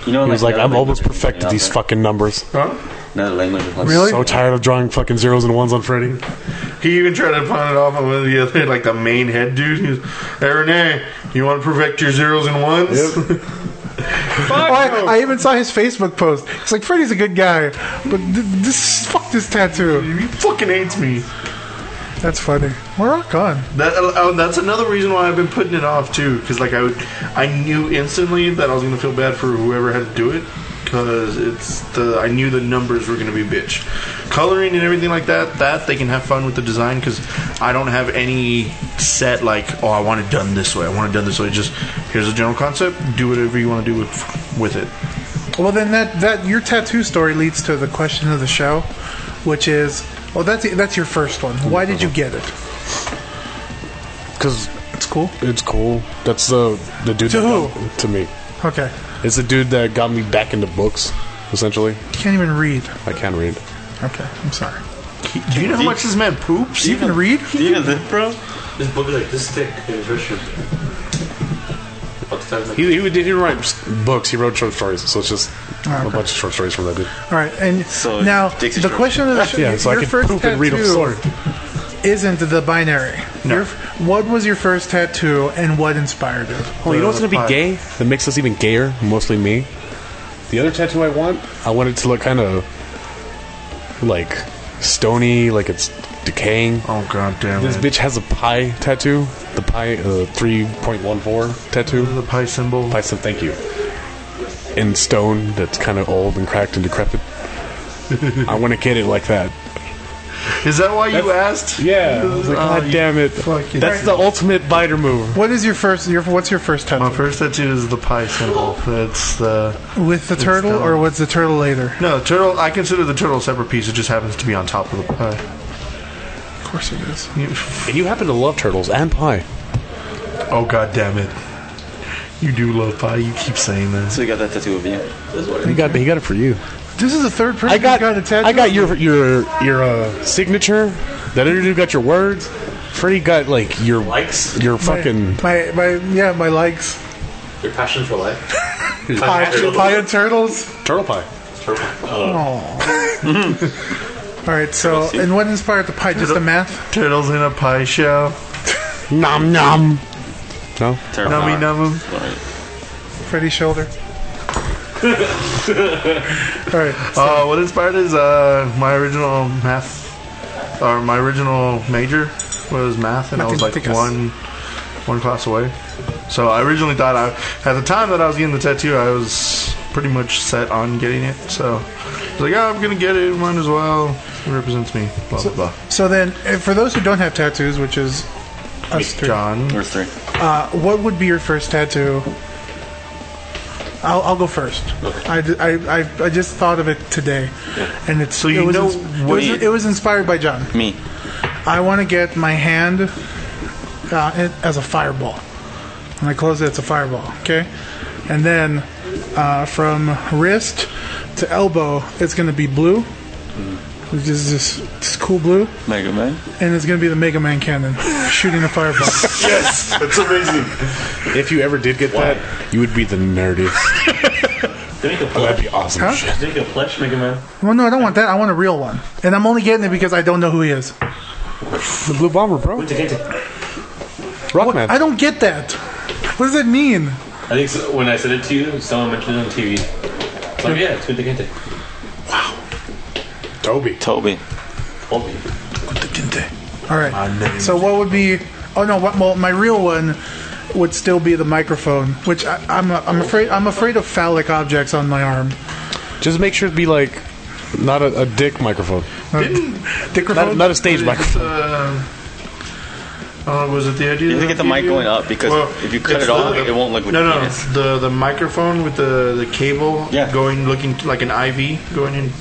You know,
he was like,
another
"I've almost
language is
perfected
out
these
there.
fucking numbers."
Huh?
Another language. is like-
Really?
So tired of drawing fucking zeros and ones on Freddy.
He even tried to pawn it off on one of the other, like the main head dude. He was, hey, Renee, you want to perfect your zeros and ones?
Oh, I, I even saw his Facebook post. It's like Freddy's a good guy, but th- this fuck this tattoo.
He fucking hates me.
That's funny. We're rock on.
That oh, that's another reason why I've been putting it off too, because like I would, I knew instantly that I was gonna feel bad for whoever had to do it, because it's the I knew the numbers were gonna be bitch, coloring and everything like that. That they can have fun with the design because I don't have any set like oh I want it done this way, I want it done this way. Just here's a general concept, do whatever you want to do with with it.
Well, then that that your tattoo story leads to the question of the show, which is, well, that's that's your first one. Why did you get it?
Because
It's cool.
it's cool. That's the the dude
To
that
who?
got- to me.
Okay.
It's the dude that got me back into books. Essentially,
You can't even read.
I can read.
Okay, I'm sorry.
Do you know how much this man poops?
You can read?
Even then, bro.
This book is like this thick in his restroom. About the size of-
He, he, would- he didn't write s- books. He wrote short stories. So it's just a bunch of short stories from that dude.
All right, and
So,
now
Dixie
the
Chicks.
question of the show,
Yeah, so I
your
can
first
poop
tattoo
and read a story.
isn't the binary. Your, what was your first tattoo, and what inspired it?
Well, Oh, you know what's gonna be gay? Uh, That makes us even gayer. Mostly me. The other tattoo I want, I want it to look kind of like stony, like it's decaying.
Oh god damn
This
it.
bitch has a pie tattoo. The pie, uh, three point one four tattoo.
The pie symbol.
Pie said thank you. In stone, that's kind of old and cracked and decrepit. I want to get it like that.
Is that why you asked?
Yeah. I was like,
Oh,
God
you
damn it.
fucking-
That's the ultimate biter move.
What is your first? Your what's your first
My
tattoo?
first tattoo is the pie symbol. That's the
With the turtle,
dumb.
or what's the turtle later?
no turtle. I consider the turtle a separate piece. It just happens to be on top of the pie.
Of course it is.
And you happen to love turtles and pie.
Oh god damn it! You do love pie. You keep saying that.
So you got that tattoo of you.
He got he got it for you.
This is the third person
I got,
who got a tattoo.
I got your your your uh, signature. That other dude got your words. Freddie got like your
Likes?
your
My-
fucking
my, my yeah my likes.
Your passion for life.
Pie,
turtle.
pie and turtles.
turtle pie.
All right, so and what inspired the pie? Just the math.
Turtles in a pie shell.
Nom nom. No,
Terrible.
Nummy num.
Freddy's shoulder. All right.
Uh, what inspired is uh, my original math, or my original major was math, and I was like
Matemáticas.
one, one class away. So I originally thought I, at the time that I was getting the tattoo, I was pretty much set on getting it. So I was like, oh, I'm gonna get it. Might as well. It represents me. Blah blah blah.
So then, eh, for those who don't have tattoos, which is us three,
John.
Where's three?
uh, what would be your first tattoo? I'll, I'll go first. I, d- I- I- I just thought of it today, and it's
So you
it was,
know
ins- it,
what
was
you-
it was inspired by John.
Me.
I want to get my hand uh, it, as a fireball. When I close it, it's a fireball. Okay, and then uh, from wrist to elbow, it's going to be blue.
Mm-hmm.
Which is this, this cool blue,
Mega Man.
and it's going to be the Mega Man cannon shooting a fireball.
if you ever did get that, you would be the nerdiest.
They make a
Oh,
plush.
that'd be awesome
Huh?
shit.
They make a plush Mega Man.
Well, no, I don't want that. I want a real one, and I'm only getting it because I don't know who he is.
The blue bomber, bro.
I
Rockman.
I don't get that. What does it mean?
think so, when I said it to you, someone mentioned it on TV. It's Like, yeah, it's with the gente.
Toby.
Toby.
Told me.
All right. So what would be? Oh no. What, well, my real one would still be the microphone, which I, I'm I'm afraid I'm afraid of phallic objects on my arm.
Just make sure to be like not a, a dick microphone, not,
Dicrophone.
not a stage
It's,
microphone.
uh, uh, was it the idea?
You have to get the mic going up because
Well,
if you cut
it's
it off,
the-
it won't look like
no,
a
no,
penis.
the the microphone with the the cable
Yeah.
going looking like an IV going in.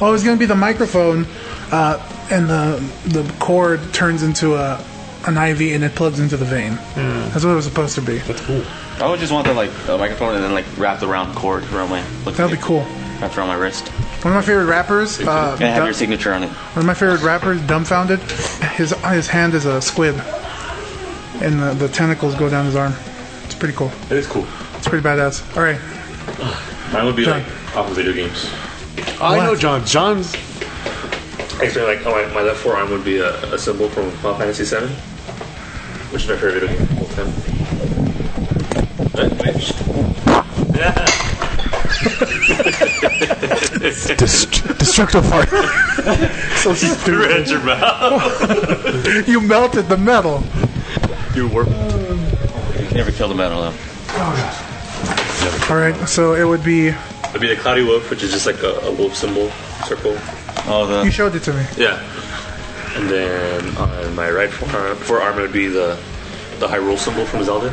oh, it's going to be the microphone, uh, and the the cord turns into a an IV and it plugs into the vein.
Hmm.
That's what it was supposed to be.
I would just want the like a microphone and then like wrapped around cord around my. Look
That'd be cool.
Wrapped around my wrist.
One of my favorite rappers. Uh,
And have
Dum-
your signature on it.
one of my favorite rappers, dumbfounded. His his hand is a squid, and the, the tentacles go down his arm. It's pretty cool.
It is cool.
It's pretty badass. All right.
Mine would be
John.
like off of video games.
I know John. John's
Actually, like oh, my, my left forearm would be a, a symbol from Final Fantasy VII, which is my favorite video game of all time. Right? Wait.
dest- destructo fart.
So stupid.
Right at your mouth.
You melted the metal.
You warp.
You never killed a man alone.
All right, so it would be.
It'd be the cloudy wolf, which is just like a, a wolf symbol, circle.
Oh,
You
the
showed it to me.
Yeah. And then on my right forearm, forearm it would be the the Hyrule symbol from Zelda,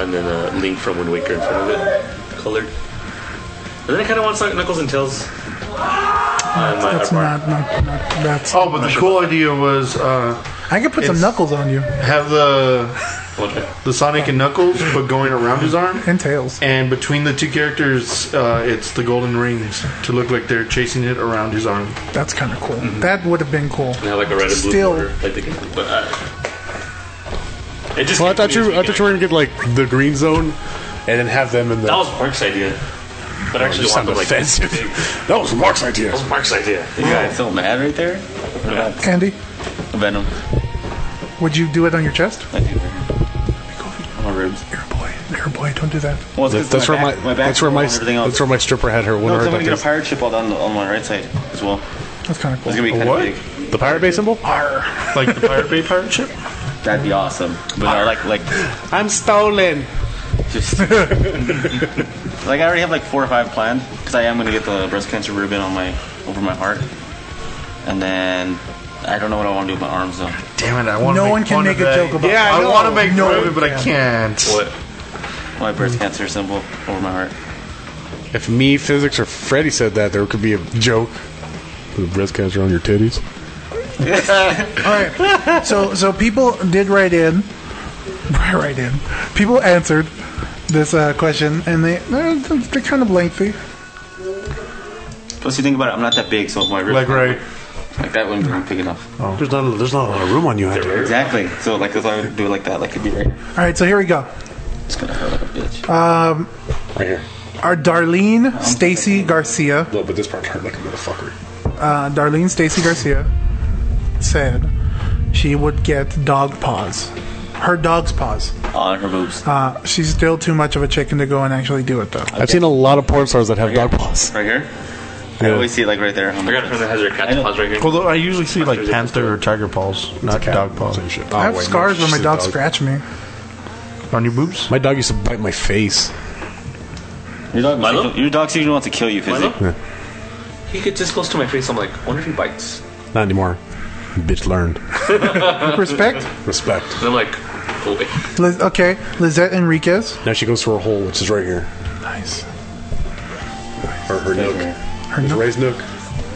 and then a Link from Wind Waker in front of it, colored. And then I kind of want some Knuckles and Tails. on my
That's
bar.
not, not, not that's.
Oh, but the cool idea was uh,
I could put some
it's-
knuckles on you
have the
Okay.
the Sonic and Knuckles, but going around his arm.
and tails.
And between the two characters, uh, it's the golden rings to look like they're chasing it around his arm.
That's kind of cool. That would have been cool.
Now Mm-hmm. like a red and blue
Still-
border, like they can, but uh, it just.
Well, I thought you, I
confused me.
thought you were gonna get like the green zone, and then have them in the.
That was Mark's idea, but I actually
Oh, you sound
wanted like this
offensive.
big. That
that was Mark's idea.
was Mark's idea.
You guys so mad right there? What about
Andy,
Venom?
would you do it on your chest?
I do Venom. My ribs.
Air boy, air boy, don't do that.
Well, it's 'cause
That- that's where my, that's where my
and everything else.
that's where my stripper had her. When
no,
her
I'm gonna
that
get a
is.
pirate ship all down on my right side as well.
That's kind of cool.
It's gonna be kind of big.
the pirate bay symbol.
Like the Pirate Bay pirate ship?
That'd be awesome. But no, like like
I'm stolen.
just like I already have like four or five planned because I am gonna get the breast cancer ribbon on my over my heart, and then I don't know what I want to do with my arms though.
Damn it, I want
No one can make a joke about
Yeah,
that.
I, want to make no
No one
fun of it, but I can't.
What?
My breast cancer symbol over my heart.
If me, physics, or Freddy said that, there could be a joke. Put breast cancer on your titties.
All right. So so people did write in, write in. People answered this uh, question, and they they're, they're kind of lengthy.
Plus, you think about it, I'm not that big, so my rib
Like, right.
like that wouldn't be big enough.
There's not there's not a lot of room on you. Andrew.
Exactly. So like if I would do it like that, like it'd be right.
All right. So here we go.
It's gonna hurt like a bitch.
Uh,
Right here.
Our Darlene Stacy Garcia,
No, but this part hurt like a motherfucker.
uh, Darlene Stacy Garcia, said she would get dog paws. Her dog's paws.
on her boobs.
Uh, she's still too much of a chicken to go and actually do it, though.
I've seen a lot of porn stars that have dog paws.
Right here? I always see it like right there. on my-
I got a friend that has her
I
cat
know.
paws right here.
Although I usually see like
There's a-
panther or tiger paws, not dog paws.
Same shit.
I have scars where my dog scratched me.
On your boobs?
My dog used to bite my face.
Your dog,
Milo?
usually- your dog usually wants to kill you,
Milo?
physically.
He gets this close to my face. I'm like, wonder if he bites.
Not anymore. Bitch learned.
Respect.
Respect.
And I'm like, oh wait.
Liz- okay, Lizette Enriquez.
Now she goes to her hole, which is right here.
Nice. All
Or her nook. Her
nook.
Ray's nook.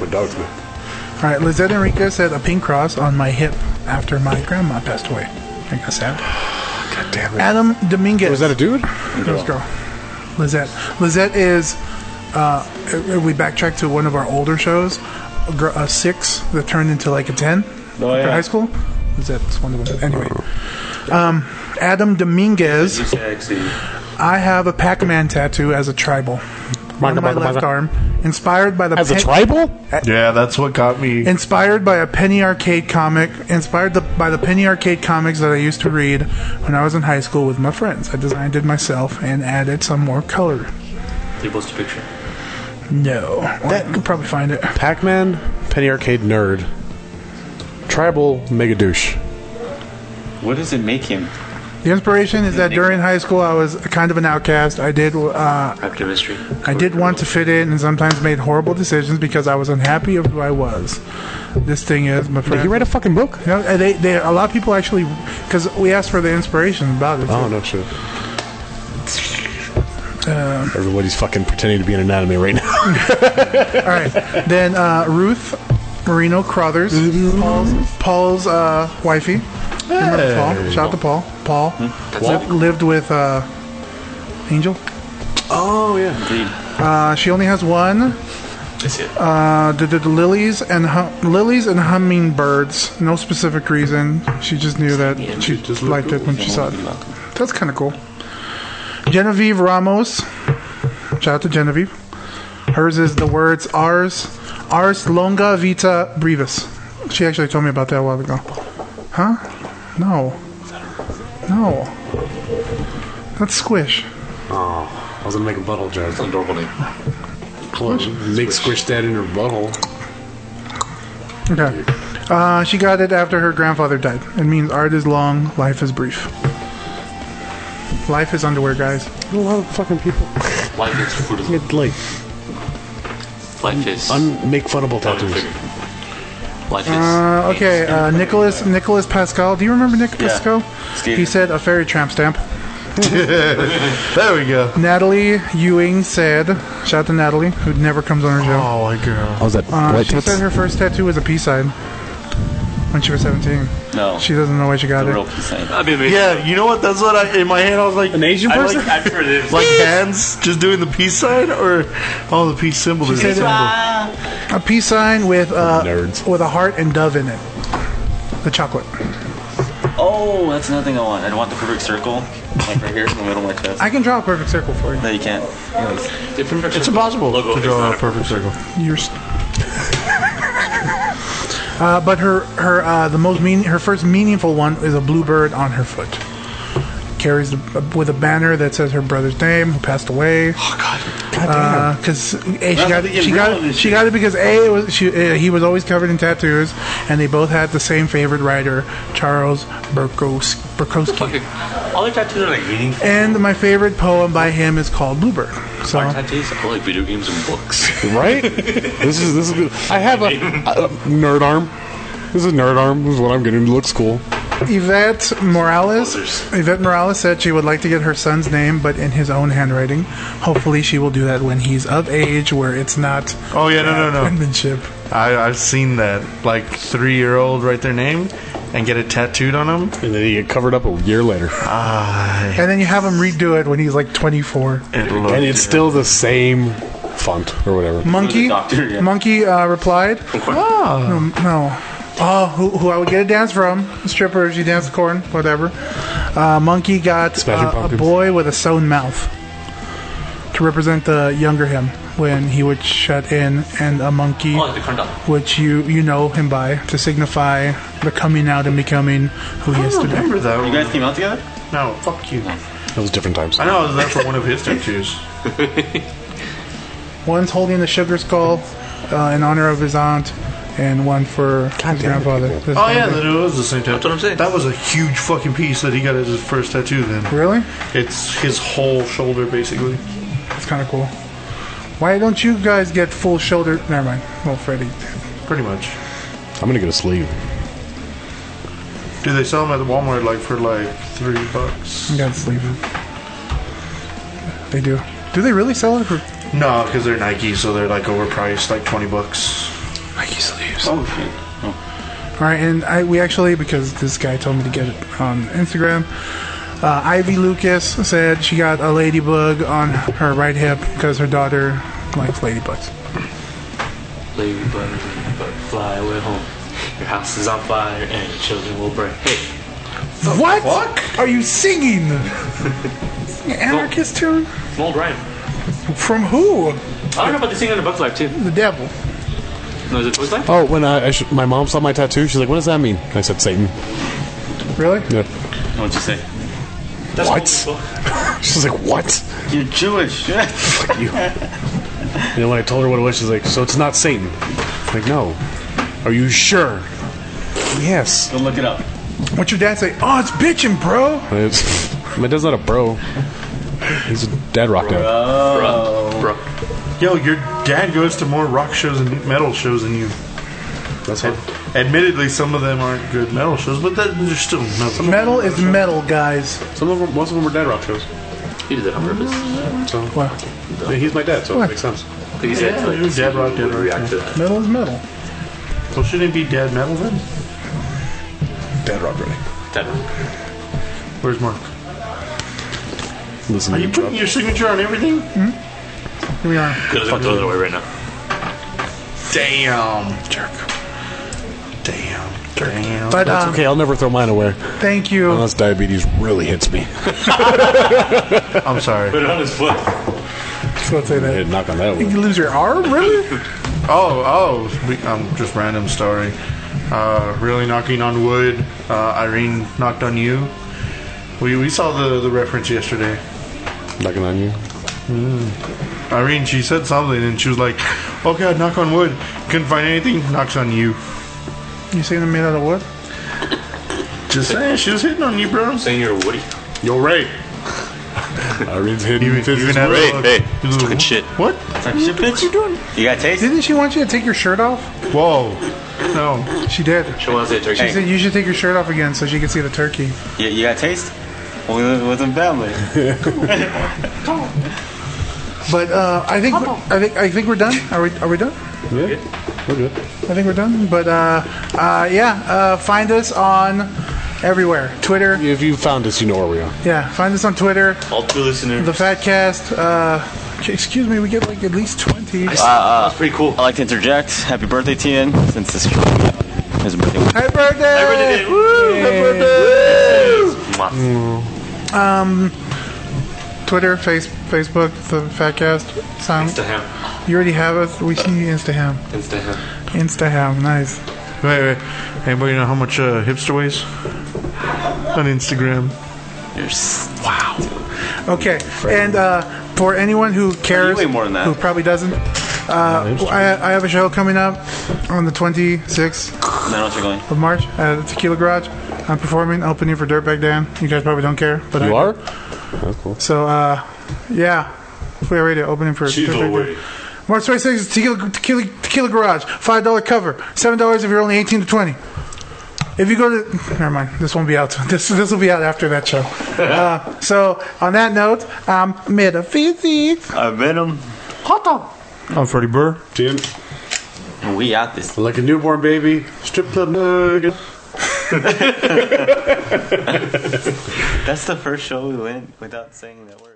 My dog's nook.
right, Lizette Enriquez said a pink cross on my hip after my grandma passed away. I guess that.
God damn it.
Adam Dominguez.
Was that a dude?
Let's go. Lizette. Lizette is. Uh, if we backtrack to one of our older shows, a, gr- a six that turned into like a ten after
Oh, yeah.
high school. Lizette's one of them. Anyway, um, Adam Dominguez. I have a Pac-Man tattoo as a tribal on my
marka,
left
marka.
arm, inspired by the
As a
pen-
tribal?
Yeah, that's what got me.
inspired by a penny arcade comic, inspired the, by the penny arcade comics that I used to read when I was in high school with my friends. I designed it myself and added some more color.
You post a picture.
No, that could probably find it.
Pac Man, Penny Arcade Nerd, Tribal Mega Douche.
What does it make him?
The inspiration is that during high school I was kind of an outcast. I did uh,
Raptor mystery.
I did want to fit in and sometimes made horrible decisions because I was unhappy of who I was. This thing is my friend.
Did he write a fucking book?
You know, they, they, a lot of people actually, because we asked for the inspiration about it.
Oh, no shit.
Um.
Everybody's fucking pretending to be an anatomy right now.
All right. Then uh, Ruth Marino Crothers, Paul's, Paul's uh, wifey. Remember Paul? Shout out to Paul. Hmm? Paul li- lived with uh, Angel. Oh,
Breed.
Uh, she only has one.
That's it.
Uh, the, the, the lilies and hum- lilies and hummingbirds. No specific reason. She just knew that she just liked it when she saw it. That's kind of cool. Genevieve Ramos. Shout out to Genevieve. Hers is the words Ars, Ars longa vita brevis. She actually told me about that a while ago. Huh? No. No. That's squish.
I was gonna make a butthole joke.
It's an adorable name.
Make squish that in her butthole.
Okay. Uh, she got it after her grandfather died. It means art is long, life is brief. Life is underwear, guys.
A lot of fucking people
Life is food. is-
get like
Life is.
un- make funnable tattoos.
Life is.
Uh, okay, uh, Nicholas Nicholas Pascal. Do you remember Nick
Yeah.
Pascal?
Steve.
He said a fairy tramp stamp.
there we go.
Natalie Ewing said, shout out to Natalie, who never comes on her show.
Oh, my girl.
I was at
Uh,
White
she
Tits.
said her first tattoo was a peace sign when she was 17.
No,
She doesn't know why she got
the
it.
real piece I
That'd be amazing.
Yeah, you know what? That's what I in my head. I was like,
An Asian
I
person?
Like,
I prefer this.
like hands, just doing the peace sign, or oh, the peace symbol. the peace
"Ah."
symbol.
A peace sign with uh,
Nerds.
with a heart and dove in it. The chocolate.
Oh, that's another thing I want. I want the perfect circle, like right here in the middle of my chest.
I can draw a perfect circle for you.
No, you can't. Anyways,
it's
impossible
Logo,
to
it's
draw
not
a perfect circle.
You're s- uh, but her her uh, the most mean her first meaningful one is a blue bird on her foot. Carries the, uh, with a banner that says her brother's name, who passed away. Oh God! Because a she
That's
got
the
she got it,
real issue.
she got it because a it was she, uh, he was always covered in tattoos, and they both had the same favorite writer, Charles Burkos, Burkowski.
Fucking, all their tattoos are like meaningful.
And my favorite poem by him is called Bluebird. So
Our tattoos are like video games and books.
right? this is this is good. I have a, a nerd arm. This is nerd arm. This is what I'm getting. Looks cool.
Yvette Morales.
Posers.
Yvette Morales said she would like to get her son's name, but in his own handwriting. Hopefully, she will do that when he's of age, where it's not
Oh yeah, no, no, no.
penmanship.
I, I've seen that. Like three year old write their name and get it tattooed on them.
And then you get covered up a year later,
And then you have him redo it when he's like 24.
and it's still the same font or whatever.
Monkey.
doctor, yeah.
Monkey uh, replied,
Ah,
Um, no. Oh, who, who I would get a dance from? Strippers, you dance corn, whatever. Uh, Monkey got
Smashing
uh, a
Pumpkins.
boy with a sewn mouth to represent the younger him when he would shut in, and a monkey,
Oh, like the condom.
which you you know him by, to signify the coming out and becoming who he is today.
remember that?
you
one.
guys came out together?
No, fuck you.
That was different times.
I know that's for one of his tattoos.
One's holding the sugar skull uh, in honor of his aunt, and one for his grandfather.
Oh yeah, that it was the same tattoo.
what I'm saying.
That was a huge fucking piece that he got as his first tattoo. Then
really?
it's his whole shoulder basically.
That's kind of cool. Why don't you guys get full shoulder? Never mind. Well, Freddie.
Pretty much.
I'm gonna get a sleeve.
Dude, they sell them at Walmart like for like three bucks.
You gotta sleep. They do. Do they really sell it for
No, because they're Nike, so they're like overpriced, like twenty bucks.
Nike sleeves?
Oh shit.
All right, and I we actually because this guy told me to get it on Instagram. Uh, Ivy Lucas said she got a ladybug on her right hip because her daughter likes ladybugs.
Lady bug, lady bug, fly away home. Your house is on fire and your children will burn. Hey,
what? Are you singing? An anarchist tune
it's an old rhyme.
from who?
I don't know about the singer in the Bugs Life, too.
The devil.
No, is it Bugs Life?
Oh, when I, I sh- my mom saw my tattoo, she's like, "What does that mean?" I said, "Satan."
Really?
Yeah.
What'd you say?
That's
What? She's like, "What?"
You're Jewish.
And then when I told her what it was, she's like, "So it's not Satan?" I'm like, no. Are you sure? Yes.
Go look it up.
What's your dad say? Oh, it's bitching, bro.
And It's, my dad's not a bro. He's a dead rock dad.
Bro.
Yo, your dad goes to more rock shows and metal shows than you.
That's it.
Admittedly, some of them aren't good metal shows, but that, they're still metal.
Metal is metal, guys.
Some of them, most of them were dead rock shows.
He did that on purpose.
So
Wow.
he's my dad, so
What?
it makes sense.
Because he said,
Yeah,
like,
Dead Rock, Dead Rock.
react to that.
Metal is metal.
So shouldn't it be dead metal then?
Dead rock ready.
That-
Where's Mark?
Listen,
Are you putting your signature on everything?
Here we are.
Good as I throw it away right now.
Damn, jerk. Damn, damn.
But
That's
um,
okay. I'll never throw mine away
thank you.
unless diabetes really hits me.
I'm sorry.
Put it on his foot.
Let's say that.
I'd knock on that
You
one.
can lose your arm, really?
Oh, oh, we- um, just random story. Uh, really knocking on wood. Uh, Irene knocked on you. We, we saw the, the reference yesterday.
Knocking on you.
Irene, she said something and she was like, "Oh God, knock on wood." Couldn't find anything. Knocks on you.
You saying I'm made out of wood?
Just saying, she was hitting on you, bro.
Saying you're Woody.
You're right. Irene's hidden.
Even,
fist
even
is
at
right.
the-
hey,
the-
talking shit.
What?
shit, bitch. You doing? You got taste?
Didn't she want you to take your shirt off?
Whoa. No.
She did.
She wants to say turkey.
She said you should take your shirt off again so she could see the turkey.
You, you got taste? with, with the family.
But uh, I think I think I think we're done. Are we are we done? I think we're done. But uh, uh, yeah, uh, find us on everywhere. Twitter.
If you found us, you know where we are.
Yeah, find us on Twitter.
All two listeners.
The Fat Cast. Uh, excuse me, we get like at least twenty.
That's pretty cool. I like to interject. Happy birthday, TN, since this is birthday.
Happy birthday!
birthday!
Woo! Happy birthday!
Mwah.
Twitter, face, Facebook, the Fatcast. Sound.
Instaham.
You already have us. We see you Instaham.
Instaham.
Instaham. Nice.
Wait, wait. Anybody know how much uh, hipster weighs? On Instagram.
Okay. And uh, for anyone who cares,
way more than that.
who probably doesn't, uh, I, I have a show coming up on the 26th
And I know what you're going.
of March at the Tequila Garage. I'm performing, opening for Dirtbag Dan. You guys probably don't care, but I
You
do.
are?
So, uh, yeah, Free Radio opening for
She's
Dirtbag Dan.
away.
March 26th, Tequila, Tequila, Tequila Garage, five dollar cover, seven dollars if you're only 18 to 20. If you go to, never mind, this won't be out. This this will be out after that show. uh, so on that note, I'm Metafizzy.
I met him.
Hot dog.
I'm Freddie Burr.
Tim,
We out this.
like a newborn baby, strip club nugget.
That's the first show we went without saying that word.